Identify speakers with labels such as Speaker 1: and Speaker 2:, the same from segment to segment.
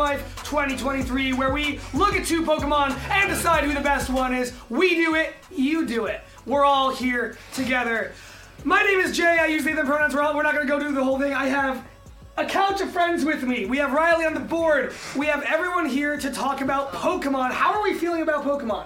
Speaker 1: Life 2023, where we look at two Pokemon and decide who the best one is. We do it, you do it. We're all here together. My name is Jay. I use they, them pronouns. We're, all, we're not going to go do the whole thing. I have a couch of friends with me. We have Riley on the board. We have everyone here to talk about Pokemon. How are we feeling about Pokemon?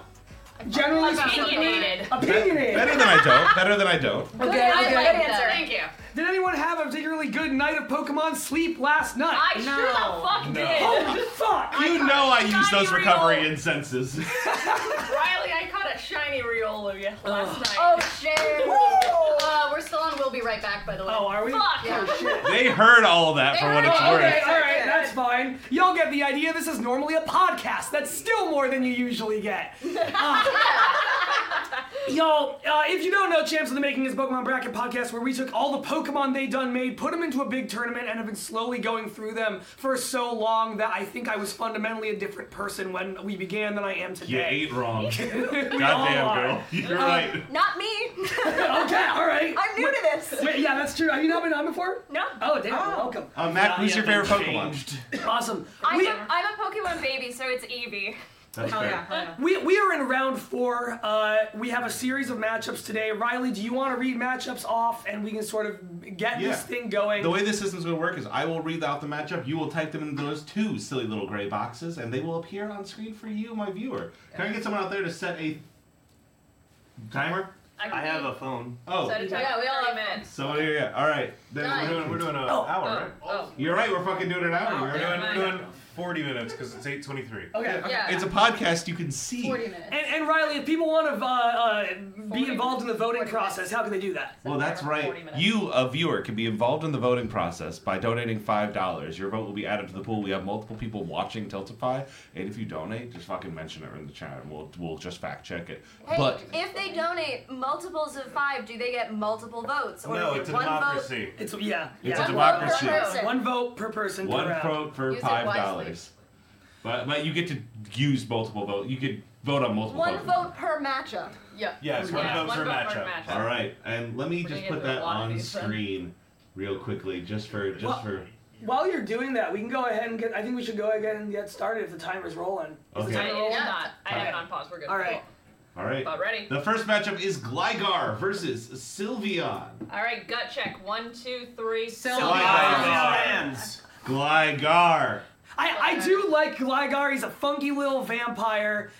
Speaker 1: Generally
Speaker 2: Opinionated.
Speaker 1: Opinionated.
Speaker 3: Better than I don't. Better than I don't.
Speaker 2: Okay,
Speaker 4: I
Speaker 2: okay.
Speaker 4: like
Speaker 2: Good
Speaker 4: that.
Speaker 2: Thank you.
Speaker 1: Did anyone have a particularly good night of Pokemon sleep last night? Oh,
Speaker 2: I sure the fuck did.
Speaker 1: Holy fuck!
Speaker 3: You know I use
Speaker 2: Scotty
Speaker 3: those
Speaker 2: Real.
Speaker 3: recovery incenses.
Speaker 2: Riley, I caught a shiny real of you last night.
Speaker 4: Oh shit! Uh, we're still on. We'll be right back. By the way.
Speaker 1: Oh, are we?
Speaker 2: fuck.
Speaker 4: Yeah.
Speaker 3: they heard all that for what it's
Speaker 1: Oh,
Speaker 3: worth.
Speaker 1: okay, all right, that's fine. Y'all get the idea. This is normally a podcast. That's still more than you usually get. Uh, y'all, uh, if you don't know, Champs in the Making is a Pokemon Bracket podcast where we took all the Pokemon they done made, put them into a big tournament, and have been slowly going through them for so long that I think I was fundamentally a different person when we began than I am
Speaker 3: You
Speaker 1: today.
Speaker 3: ate wrong.
Speaker 1: all
Speaker 3: Goddamn
Speaker 1: are. Uh,
Speaker 3: girl. You're right.
Speaker 4: Not me.
Speaker 1: okay, all right.
Speaker 4: I'm new to this.
Speaker 1: Wait, yeah, that's true. Have you not been on before?
Speaker 4: No.
Speaker 1: Oh, damn. Welcome.
Speaker 3: Uh, Mac, who's your favorite
Speaker 5: changed.
Speaker 3: Pokemon?
Speaker 1: Awesome.
Speaker 6: I'm
Speaker 1: We-
Speaker 6: a, I'm a Pokemon baby, so it's Eevee.
Speaker 3: That's fair.
Speaker 1: We, we are in round four. Uh, we have a series of matchups today. Riley, do you want to read matchups off and we can sort of get
Speaker 3: Yeah.
Speaker 1: this thing going?
Speaker 3: The way this system's gonna work is I will read out the matchup, you will type them in those two silly little gray boxes, and they will appear on screen for you, my viewer. Can I get someone out there to set a timer?
Speaker 5: I have a phone.
Speaker 3: Oh,
Speaker 2: Set a time.
Speaker 4: Yeah, we all have
Speaker 2: minutes.
Speaker 3: somebody, yeah. All right. Then
Speaker 4: Nine.
Speaker 3: we're doing, we're doing an
Speaker 1: Oh.
Speaker 3: hour, right?
Speaker 2: Oh.
Speaker 3: You're right. We're fucking doing an hour.
Speaker 2: Oh,
Speaker 3: We're
Speaker 2: yeah.
Speaker 3: doing-
Speaker 5: We're doing 40 minutes because it's 8:23.
Speaker 1: okay.
Speaker 4: Yeah.
Speaker 3: It's a podcast you can see.
Speaker 4: 40 minutes.
Speaker 1: And, and Riley, if people want to uh, uh, be involved in the voting
Speaker 4: Forty
Speaker 1: process, how can they do that?
Speaker 3: Well, that's right.
Speaker 2: 40 minutes.
Speaker 3: You, a viewer, can be involved in the voting process by donating five dollars. Your vote will be added to the pool. We have multiple people watching Tiltify, and if you donate, just fucking mention it in the chat, and we'll we'll just fact check it.
Speaker 6: Hey,
Speaker 3: but
Speaker 6: if they donate multiples of five, do they get multiple votes? Or
Speaker 5: No,
Speaker 6: is it
Speaker 5: it's a
Speaker 6: one vote?
Speaker 5: democracy.
Speaker 1: It's yeah.
Speaker 3: It's
Speaker 1: yeah.
Speaker 4: per
Speaker 3: a democracy.
Speaker 4: person.
Speaker 1: One vote per person. per
Speaker 3: One
Speaker 1: round.
Speaker 3: vote for
Speaker 4: Use it
Speaker 3: five
Speaker 4: wisely.
Speaker 3: dollars. But but you get to use multiple vote. You could vote on multiple.
Speaker 6: One
Speaker 3: Pokemon.
Speaker 6: vote per matchup.
Speaker 2: Yeah.
Speaker 5: Yes, one
Speaker 2: Yeah,
Speaker 5: vote
Speaker 2: one
Speaker 5: per
Speaker 2: vote per
Speaker 5: matchup.
Speaker 2: matchup.
Speaker 3: All right, and let me just
Speaker 2: gonna
Speaker 3: put
Speaker 2: get to a
Speaker 3: that
Speaker 2: lot of
Speaker 3: on
Speaker 2: these, then.
Speaker 3: screen real quickly, just for just
Speaker 1: Well-
Speaker 3: for.
Speaker 1: While you're doing that, we can go ahead and get. I think we should go ahead and get started if the timer's rolling. Is the
Speaker 3: Okay.
Speaker 2: I,
Speaker 1: timer
Speaker 2: it
Speaker 1: rolling?
Speaker 2: is not. I have
Speaker 3: Okay.
Speaker 2: it on pause. We're good.
Speaker 1: All right.
Speaker 3: All right.
Speaker 2: Cool. About ready.
Speaker 3: The first matchup is Gligar versus Sylveon.
Speaker 2: All right. Gut check. One, two, three.
Speaker 5: Gligar.
Speaker 3: Gligar.
Speaker 1: I,
Speaker 2: uh,
Speaker 1: I do like Gligar. He's a funky little vampire.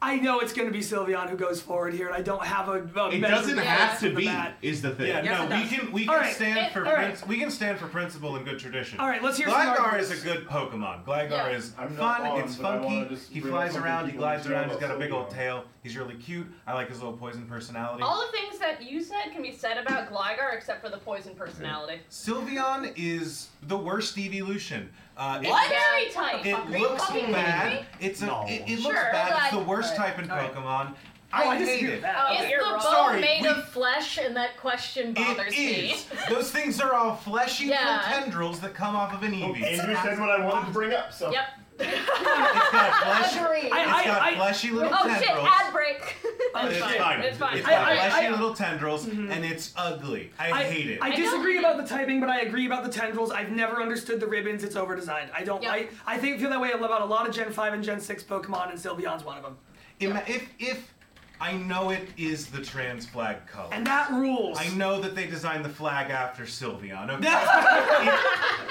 Speaker 1: I know it's going to be Sylveon who goes forward here, and I don't have a. a
Speaker 3: It
Speaker 1: measure
Speaker 3: doesn't
Speaker 1: Oh, for
Speaker 3: have to
Speaker 1: the
Speaker 3: be.
Speaker 1: bat.
Speaker 3: Is the thing.
Speaker 5: Yeah,
Speaker 2: Yes,
Speaker 5: no,
Speaker 2: it
Speaker 5: we
Speaker 2: does.
Speaker 5: can we
Speaker 1: All
Speaker 5: can
Speaker 1: right.
Speaker 5: stand
Speaker 2: It-
Speaker 5: for
Speaker 1: all
Speaker 5: prin- we can stand for principle and good tradition.
Speaker 1: All right, let's hear some
Speaker 5: Gligar
Speaker 1: arguments.
Speaker 5: is a good Pokemon. Gligar
Speaker 2: Yeah.
Speaker 5: is
Speaker 7: I'm not
Speaker 5: fun.
Speaker 7: on,
Speaker 5: it's
Speaker 7: but I wanted
Speaker 5: funky.
Speaker 7: to
Speaker 5: He
Speaker 7: bring up
Speaker 5: flies
Speaker 7: something
Speaker 5: around. He
Speaker 7: people
Speaker 5: glides
Speaker 7: understand
Speaker 5: around. He's got
Speaker 7: about
Speaker 5: a big old
Speaker 7: Sylveon.
Speaker 5: tail. He's really cute. I like his little poison personality.
Speaker 2: All the things that you said can be said about Gligar except for the poison personality.
Speaker 5: Sylveon is the worst evolution. Uh, it-
Speaker 2: It's very tight.
Speaker 5: It
Speaker 2: Are you
Speaker 5: looks
Speaker 2: fucking kidding
Speaker 5: bad.
Speaker 2: me?
Speaker 5: It's a.
Speaker 7: No.
Speaker 5: It, it
Speaker 2: Sure,
Speaker 5: looks bad. It's the
Speaker 2: like-
Speaker 5: worst type in
Speaker 1: Alright.
Speaker 5: Pokemon.
Speaker 1: Oh, I,
Speaker 5: I hate
Speaker 1: disagree
Speaker 5: it.
Speaker 1: with that.
Speaker 2: Oh,
Speaker 4: Is
Speaker 2: you're
Speaker 4: the
Speaker 2: wrong.
Speaker 4: bow
Speaker 5: Sorry,
Speaker 4: made
Speaker 5: we-
Speaker 4: of flesh? And that question bothers
Speaker 5: It
Speaker 4: me.
Speaker 5: is. Those things are all fleshy
Speaker 4: Yeah.
Speaker 5: little tendrils that come off of an Eevee. It's
Speaker 7: Oh, Andrew said what I wanted to bring up, so.
Speaker 2: Yep.
Speaker 5: got fleshy.
Speaker 4: Agree.
Speaker 1: I-
Speaker 5: It's got
Speaker 1: I-
Speaker 5: fleshy little
Speaker 6: Oh shit,
Speaker 5: tendrils.
Speaker 6: ad break.
Speaker 1: Oh,
Speaker 5: It's
Speaker 1: shit.
Speaker 5: fine.
Speaker 2: It's fine.
Speaker 5: It's
Speaker 1: I-
Speaker 5: got
Speaker 1: I-
Speaker 5: fleshy
Speaker 1: I-
Speaker 5: little tendrils, and it's ugly. I,
Speaker 1: I,
Speaker 5: hate it.
Speaker 1: I
Speaker 2: I
Speaker 1: disagree
Speaker 2: don't-
Speaker 1: about the typing, but I agree about the tendrils. I've never understood the ribbons. It's over designed. I don't.
Speaker 2: Yeah.
Speaker 1: I, I think feel that way about a lot of Gen Five and Gen Six Pokemon, and Sylveon's one of them.
Speaker 5: Ima- if if I know it is the trans flag color.
Speaker 1: And that rules.
Speaker 5: I know that they designed the flag after Sylveon. Okay. It-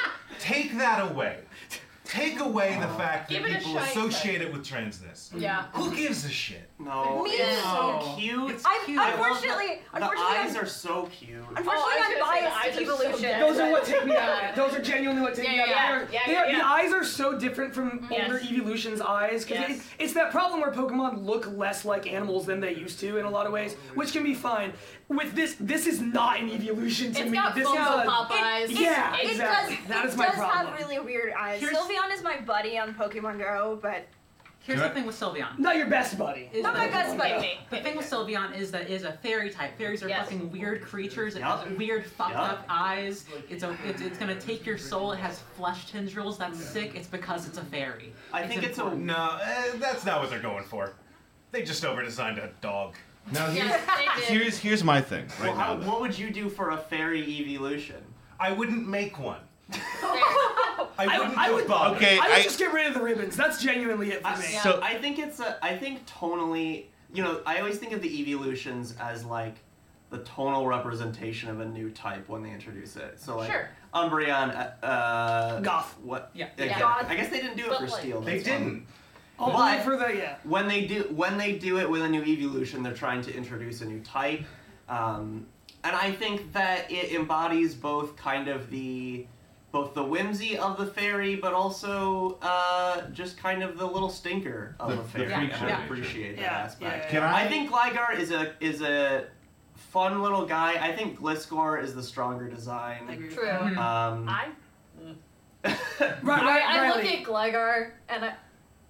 Speaker 5: take that away. Take away the fact that
Speaker 2: Give it a
Speaker 5: people
Speaker 2: shine
Speaker 5: associate it with transness.
Speaker 2: Yeah.
Speaker 5: Who gives a shit?
Speaker 7: No. Oh,
Speaker 6: Me
Speaker 7: it's
Speaker 6: too.
Speaker 7: so cute. It's
Speaker 6: I'm-
Speaker 7: cute. I love
Speaker 6: unfortunately-
Speaker 7: the,
Speaker 6: unfortunately,
Speaker 7: the eyes
Speaker 6: I'm-
Speaker 7: are so cute.
Speaker 6: Unfortunately,
Speaker 2: Oh, I was
Speaker 6: I'm
Speaker 2: gonna say the
Speaker 6: biased
Speaker 2: eyes
Speaker 6: to
Speaker 2: are so
Speaker 6: evolution.
Speaker 2: dead.
Speaker 1: Those are what take me out. Those are genuinely what take me
Speaker 2: Yeah,
Speaker 1: out.
Speaker 2: yeah,
Speaker 1: They
Speaker 2: yeah,
Speaker 1: are-
Speaker 2: yeah,
Speaker 1: they are- The
Speaker 2: yeah.
Speaker 1: eyes are so different from
Speaker 2: Yes.
Speaker 1: older evolution's eyes because
Speaker 2: Yes.
Speaker 1: it's that problem where Pokemon look less like animals than they used to in a lot of ways, which can be fine. With this, this is not an evolution to
Speaker 2: It's
Speaker 1: me.
Speaker 2: got
Speaker 1: this
Speaker 2: full
Speaker 1: is
Speaker 2: on
Speaker 1: a,
Speaker 2: Popeyes.
Speaker 1: It, yeah,
Speaker 6: It
Speaker 1: exactly.
Speaker 6: does,
Speaker 1: that
Speaker 6: it
Speaker 1: is my
Speaker 6: does
Speaker 1: problem.
Speaker 6: have really weird eyes.
Speaker 8: Here's-
Speaker 6: Sylveon is my buddy on Pokemon Go, but
Speaker 8: Here's
Speaker 3: Can
Speaker 8: the
Speaker 3: I-
Speaker 8: thing with Sylveon.
Speaker 1: not your best buddy.
Speaker 8: Is
Speaker 6: not my
Speaker 8: that-
Speaker 6: best
Speaker 2: Hit
Speaker 6: buddy.
Speaker 2: me.
Speaker 8: The thing with Sylveon is that it is a fairy type. Fairies are
Speaker 2: Yes.
Speaker 8: fucking weird creatures. It
Speaker 7: Yeah.
Speaker 8: has weird fucked
Speaker 7: Yeah.
Speaker 8: up eyes. It's a it's, it's gonna take your soul. It has flesh tendrils. That's sick. It's because it's a fairy.
Speaker 7: I think it's a-
Speaker 8: important.
Speaker 5: No, eh, that's not what they're going for. They just overdesigned a dog.
Speaker 3: Now here's
Speaker 2: Yes, they did.
Speaker 3: here's here's my thing right
Speaker 7: Well, how,
Speaker 3: now.
Speaker 7: what would you do for a fairy evolution?
Speaker 5: I wouldn't make one.
Speaker 2: There.
Speaker 1: I-
Speaker 9: I wouldn't
Speaker 1: I
Speaker 9: have
Speaker 1: would-
Speaker 9: bothered.
Speaker 3: Okay,
Speaker 1: I would
Speaker 3: I-
Speaker 1: just get rid of the ribbons. That's genuinely it for me.
Speaker 9: I,
Speaker 3: So-
Speaker 9: I think it's a. I think tonally, you know, I always think of the evolutions as like the tonal representation of a new type when they introduce it. So like
Speaker 2: Sure.
Speaker 9: Umbreon, uh, uh,
Speaker 1: Goth.
Speaker 9: What?
Speaker 8: Yeah.
Speaker 9: okay.
Speaker 2: Goth.
Speaker 9: I guess they didn't do it
Speaker 2: But,
Speaker 9: for
Speaker 2: like-
Speaker 9: Steel.
Speaker 5: They
Speaker 9: that's fine.
Speaker 5: didn't.
Speaker 1: Only
Speaker 9: But-
Speaker 1: for the yeah.
Speaker 9: When they do when they do it with a new evolution, they're trying to introduce a new type, um, and I think that it embodies both kind of the both the whimsy of the fairy, but also uh, just kind of the little stinker of
Speaker 3: The-
Speaker 9: a
Speaker 3: the
Speaker 9: fairy.
Speaker 3: freak
Speaker 9: I
Speaker 3: show nature.
Speaker 9: appreciate that
Speaker 1: Yeah,
Speaker 9: aspect.
Speaker 1: yeah,
Speaker 3: Can I?
Speaker 9: I think Gligar is a is a fun little guy. I think Gliscor is the stronger
Speaker 1: I agree
Speaker 9: design.
Speaker 1: with
Speaker 4: True.
Speaker 1: that.
Speaker 9: Um,
Speaker 2: I
Speaker 1: Right,
Speaker 4: I,
Speaker 1: right,
Speaker 4: I look
Speaker 1: Riley.
Speaker 4: at Gligar and I.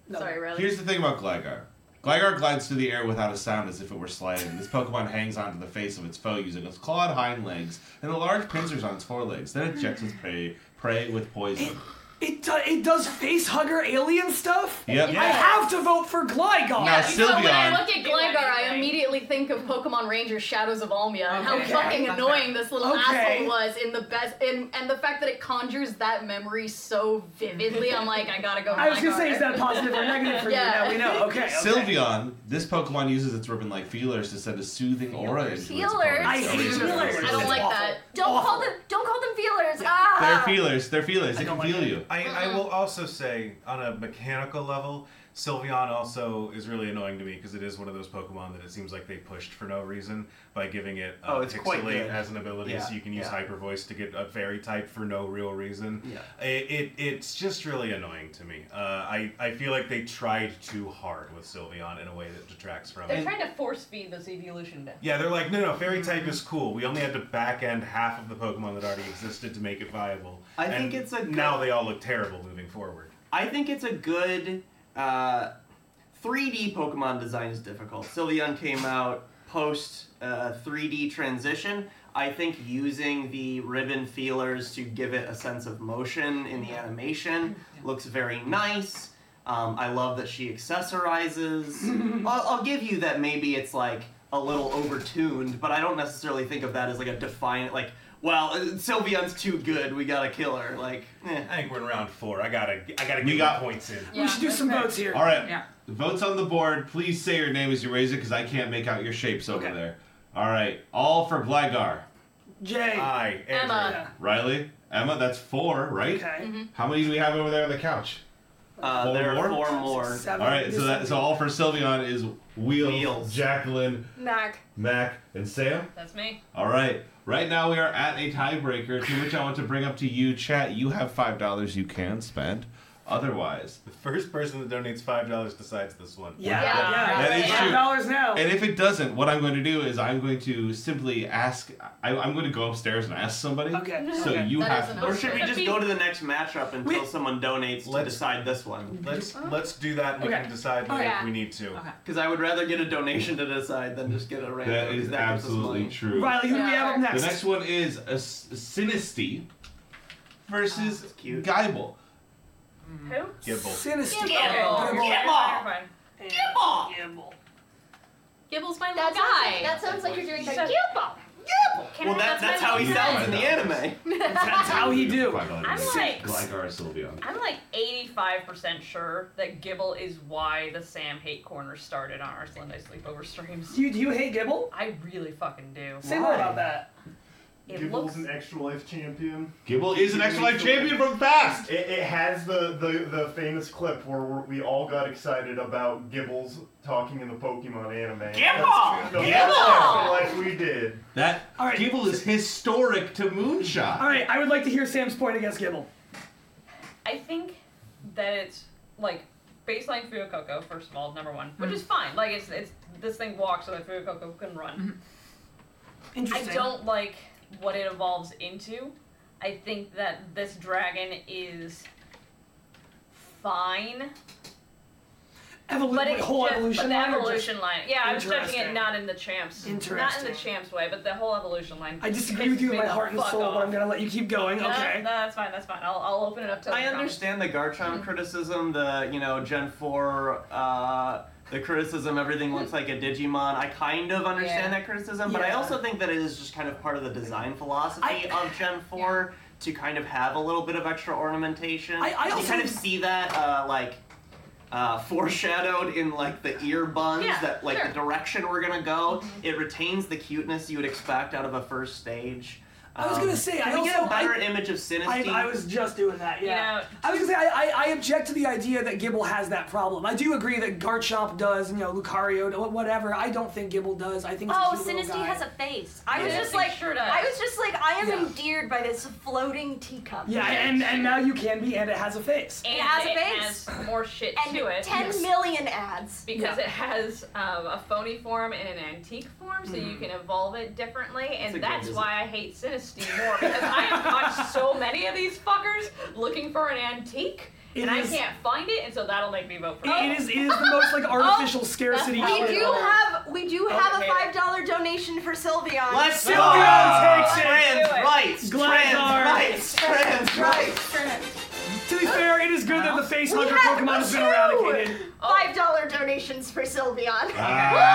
Speaker 1: No.
Speaker 4: Sorry, Riley.
Speaker 3: Here's the thing about Gligar. Gligar glides through the air without a sound as if it were sliding. This Pokemon hangs onto the face of its foe using its clawed hind legs and the large pincers on its forelegs. Then it jets its
Speaker 2: Hmm.
Speaker 3: prey, prey with poison.
Speaker 1: It, do, it does face hugger alien stuff.
Speaker 3: Yep.
Speaker 1: I have to vote for Gligar.
Speaker 3: Now,
Speaker 4: You know, when I
Speaker 3: Sylveon-
Speaker 4: look at Gligar, I immediately think of Pokemon Ranger Shadows of Almia and how
Speaker 8: Okay.
Speaker 4: fucking
Speaker 8: Not
Speaker 4: annoying this little
Speaker 1: Okay.
Speaker 4: asshole was in the best, in, and the fact that it conjures that memory so vividly, I'm like, I gotta go.
Speaker 1: I was gonna
Speaker 4: Gligar.
Speaker 1: say, is that positive or negative for
Speaker 4: Yeah.
Speaker 1: you? Now we know. Okay. okay.
Speaker 3: Sylveon, this Pokemon uses its ribbon-like feelers to send a soothing aura into its
Speaker 6: Feelers?
Speaker 3: opponent's
Speaker 1: I hate
Speaker 3: arena.
Speaker 1: feelers.
Speaker 4: I don't
Speaker 1: It's
Speaker 4: like
Speaker 1: awful.
Speaker 4: that.
Speaker 6: Don't call
Speaker 1: Awful.
Speaker 6: them. Don't call them feelers.
Speaker 3: They're
Speaker 6: Ah.
Speaker 3: feelers. They're feelers. They
Speaker 1: don't
Speaker 3: can
Speaker 1: like
Speaker 3: feel
Speaker 1: it.
Speaker 3: you.
Speaker 5: I, I will also say, on a mechanical level, Sylveon also is really annoying to me because it is one of those Pokemon that it seems like they pushed for no reason by giving it uh, Oh, it's quite
Speaker 9: good.
Speaker 5: Pixelate as an ability,
Speaker 9: Yeah,
Speaker 5: so you can use
Speaker 9: yeah.
Speaker 5: Hyper Voice to get a Fairy type for no real reason.
Speaker 9: Yeah.
Speaker 5: It, it it's just really annoying to me. Uh, I I feel like they tried too hard with Sylveon in a way that detracts from
Speaker 2: they're
Speaker 5: it.
Speaker 2: trying to force feed this evolution back.
Speaker 5: Yeah, they're like, no, no, fairy type is cool. We only had to back end half of the Pokemon that already existed to make it viable.
Speaker 9: I
Speaker 5: And
Speaker 9: think it's a good-
Speaker 5: now they all look terrible moving forward.
Speaker 9: I think it's a good uh, 3D Pokemon design is difficult. Sylveon came out post uh, 3D transition. I think using the ribbon feelers to give it a sense of motion in the animation looks very nice. Um, I love that she accessorizes. I'll, I'll give you that maybe it's like a little overtuned, but I don't necessarily think of that as like a defiant like. Well, uh, Sylveon's too good. We gotta kill her. Like, eh.
Speaker 5: I think we're in round four. I gotta, I gotta
Speaker 3: We
Speaker 5: get
Speaker 3: got-
Speaker 5: got points in.
Speaker 1: We should do some votes here.
Speaker 3: All right.
Speaker 8: Yeah.
Speaker 3: Votes on the board. Please say your name as you raise it because I can't make out your shapes over
Speaker 1: Okay.
Speaker 3: there. All right. All for Gligar.
Speaker 1: Jay.
Speaker 5: I
Speaker 1: Um,
Speaker 5: am
Speaker 4: Emma.
Speaker 3: Riley, Emma, that's four, right?
Speaker 1: okay.
Speaker 6: Mm-hmm.
Speaker 3: How many do we have over there on the couch?
Speaker 9: Uh,
Speaker 3: Four
Speaker 9: there are
Speaker 3: more?
Speaker 9: four more.
Speaker 1: Seven.
Speaker 3: All right, so that so all for Sylveon is Wheels,
Speaker 9: Wheels.
Speaker 3: Jacqueline,
Speaker 6: Mac.
Speaker 3: Mac, and Sam.
Speaker 2: That's me.
Speaker 3: All right, right now we are at a tiebreaker, to which I want to bring up to you, chat. You have five dollars you can spend. Otherwise,
Speaker 5: the first person that donates five dollars decides this one.
Speaker 1: Yeah.
Speaker 4: Yeah.
Speaker 1: Yeah.
Speaker 3: That is
Speaker 1: Five
Speaker 3: true.
Speaker 1: dollars now.
Speaker 3: and if it doesn't, what I'm going to do is I'm going to simply ask. I, I'm going to go upstairs and ask somebody.
Speaker 1: Okay.
Speaker 3: So
Speaker 1: okay.
Speaker 3: you
Speaker 4: That
Speaker 3: have
Speaker 4: is
Speaker 3: to
Speaker 4: an
Speaker 9: Or should we
Speaker 2: Okay.
Speaker 9: just go to the next matchup until
Speaker 1: We-
Speaker 9: someone donates to
Speaker 5: Let's-
Speaker 9: decide this one?
Speaker 5: Let's let's do that. and We
Speaker 1: Okay.
Speaker 5: can decide later
Speaker 4: Yeah.
Speaker 5: if we need to.
Speaker 8: Okay.
Speaker 9: Because I would rather get a donation to decide than just get a random.
Speaker 3: That
Speaker 9: 'cause
Speaker 3: is
Speaker 9: that gives us
Speaker 3: absolutely
Speaker 9: money.
Speaker 3: true.
Speaker 1: Riley, who do we have up
Speaker 3: The
Speaker 1: next?
Speaker 3: next one is a s- Sinisty versus
Speaker 9: That's Ah, cute.
Speaker 3: Geibel.
Speaker 2: Who?
Speaker 5: Gibble.
Speaker 1: Sinister.
Speaker 4: Gibble.
Speaker 1: Gibble.
Speaker 2: Clarifying.
Speaker 1: Gibble. Gibble.
Speaker 4: Gibble's my
Speaker 6: That
Speaker 4: little
Speaker 6: sounds,
Speaker 4: guy.
Speaker 6: like, that sounds like you're doing the
Speaker 2: So-
Speaker 6: Gilbo.
Speaker 2: Can
Speaker 9: Well,
Speaker 2: I
Speaker 9: that,
Speaker 2: have
Speaker 9: that's
Speaker 2: my
Speaker 9: how he
Speaker 2: little
Speaker 3: Yeah.
Speaker 9: sounds in the anime.
Speaker 1: That's how he do.
Speaker 3: $5
Speaker 2: I'm
Speaker 3: donation.
Speaker 2: like-
Speaker 3: Gligar Sylveon.
Speaker 2: I'm like 85% sure that Gibble is why the Sam Hate Corner started on our Sunday sleepover streams.
Speaker 1: You do you hate Gibble?
Speaker 2: I really fucking do.
Speaker 1: Say more about that.
Speaker 2: It
Speaker 7: Gibble's
Speaker 2: looks.
Speaker 7: an extra life champion.
Speaker 3: Gibble is an extra life champion from the past.
Speaker 7: It, it has the, the, the famous clip where we're- we all got excited about Gibbles talking in the Pokemon anime. Gibble! The Gibble! Like we did.
Speaker 3: That
Speaker 1: All right.
Speaker 3: Gibble is historic to Moonshot.
Speaker 1: All right, I would like to hear Sam's point against Gibble.
Speaker 2: I think that it's like baseline Fuecoco, first of all, number one,
Speaker 1: Hmm.
Speaker 2: which is fine. Like it's it's this thing walks so that Fuecoco can run. I
Speaker 1: Mm-hmm. Interesting.
Speaker 2: don't like what it evolves into. I think that this dragon is fine,
Speaker 1: Evolu- Oh, wait,
Speaker 2: but it's
Speaker 1: whole
Speaker 2: just,
Speaker 1: evolution
Speaker 2: but the
Speaker 1: line. or just-
Speaker 2: evolution line. Yeah, I'm judging
Speaker 1: Interesting.
Speaker 2: it not in the champs, not in
Speaker 1: Interesting.
Speaker 2: the champs way, but the whole evolution line.
Speaker 1: I disagree with you with
Speaker 2: pisses
Speaker 1: my
Speaker 2: me the
Speaker 1: heart and
Speaker 2: fuck
Speaker 1: soul, but
Speaker 2: off.
Speaker 1: I'm gonna let you keep going.
Speaker 2: No,
Speaker 1: Okay.
Speaker 2: no, that's fine. That's fine. I'll, I'll open it up to.
Speaker 9: I
Speaker 2: the comments.
Speaker 9: understand the
Speaker 1: Mm-hmm.
Speaker 9: Garchomp criticism, the you know Gen Four, uh, the criticism everything looks like a Digimon. I kind of understand
Speaker 2: Yeah.
Speaker 9: that criticism, but I
Speaker 1: Yeah. Mm-hmm.
Speaker 9: also think that it is just kind of part of the design philosophy
Speaker 1: I-
Speaker 9: of Gen Four to kind of have a little bit of extra ornamentation.
Speaker 1: I- I
Speaker 9: you
Speaker 1: also-
Speaker 9: kind of see that uh, like uh, foreshadowed in like the ear buns
Speaker 2: Yeah,
Speaker 9: that like
Speaker 2: sure.
Speaker 9: the direction we're gonna go.
Speaker 1: Mm-hmm.
Speaker 9: It retains the cuteness you would expect out of a first stage.
Speaker 1: I was
Speaker 9: Um,
Speaker 1: gonna say, I
Speaker 9: can we get a
Speaker 1: also-
Speaker 9: better
Speaker 1: I-
Speaker 9: image of
Speaker 1: I,
Speaker 9: synesthete.
Speaker 1: I was just doing that, yeah.
Speaker 2: You know-
Speaker 1: I was gonna say I, I, I object to the idea that Gibble has that problem. I do agree that Garchomp does, you know, Lucario, wh- whatever. I don't think Gibble does. I think it's
Speaker 6: Oh,
Speaker 1: a cute little
Speaker 6: Sinisty
Speaker 1: guy.
Speaker 6: has a face. I was
Speaker 2: Yeah,
Speaker 6: just
Speaker 2: it
Speaker 6: like,
Speaker 2: sure does.
Speaker 6: I was just like, I am
Speaker 1: Yeah.
Speaker 6: endeared by this floating teacup.
Speaker 1: yeah, and and now you can be, and it has a face.
Speaker 2: And
Speaker 6: It has a
Speaker 2: it
Speaker 6: face.
Speaker 2: has more shit
Speaker 6: and
Speaker 2: to it.
Speaker 6: 10
Speaker 1: Yes.
Speaker 6: million ads.
Speaker 2: because it has um, a phony form and an antique form, so
Speaker 1: Mm-hmm.
Speaker 2: you can evolve it differently,
Speaker 9: That's a good
Speaker 2: and that's
Speaker 9: design.
Speaker 2: why I hate Synesty more because I have caught so many of these fuckers looking for an antique,
Speaker 1: It
Speaker 2: and
Speaker 1: is-
Speaker 2: I can't find it, and so that'll make me vote for.
Speaker 1: It-
Speaker 2: that.
Speaker 1: it is it is the most like artificial scarcity.
Speaker 2: that's how
Speaker 6: We
Speaker 1: ever. Oh,
Speaker 6: do have we do have a
Speaker 2: Okay.
Speaker 6: five dollar donation for Sylveon.
Speaker 9: Let's
Speaker 1: Sylveon
Speaker 9: go!
Speaker 1: takes it.
Speaker 9: Trans
Speaker 2: Do it.
Speaker 9: rights!
Speaker 1: Glidar.
Speaker 9: Trans rights! Trans rights!
Speaker 1: To be fair, it is good that the face
Speaker 6: We
Speaker 1: hugger
Speaker 6: have
Speaker 1: Pokemon has been
Speaker 6: two.
Speaker 1: eradicated.
Speaker 6: Five dollar donations for Sylveon.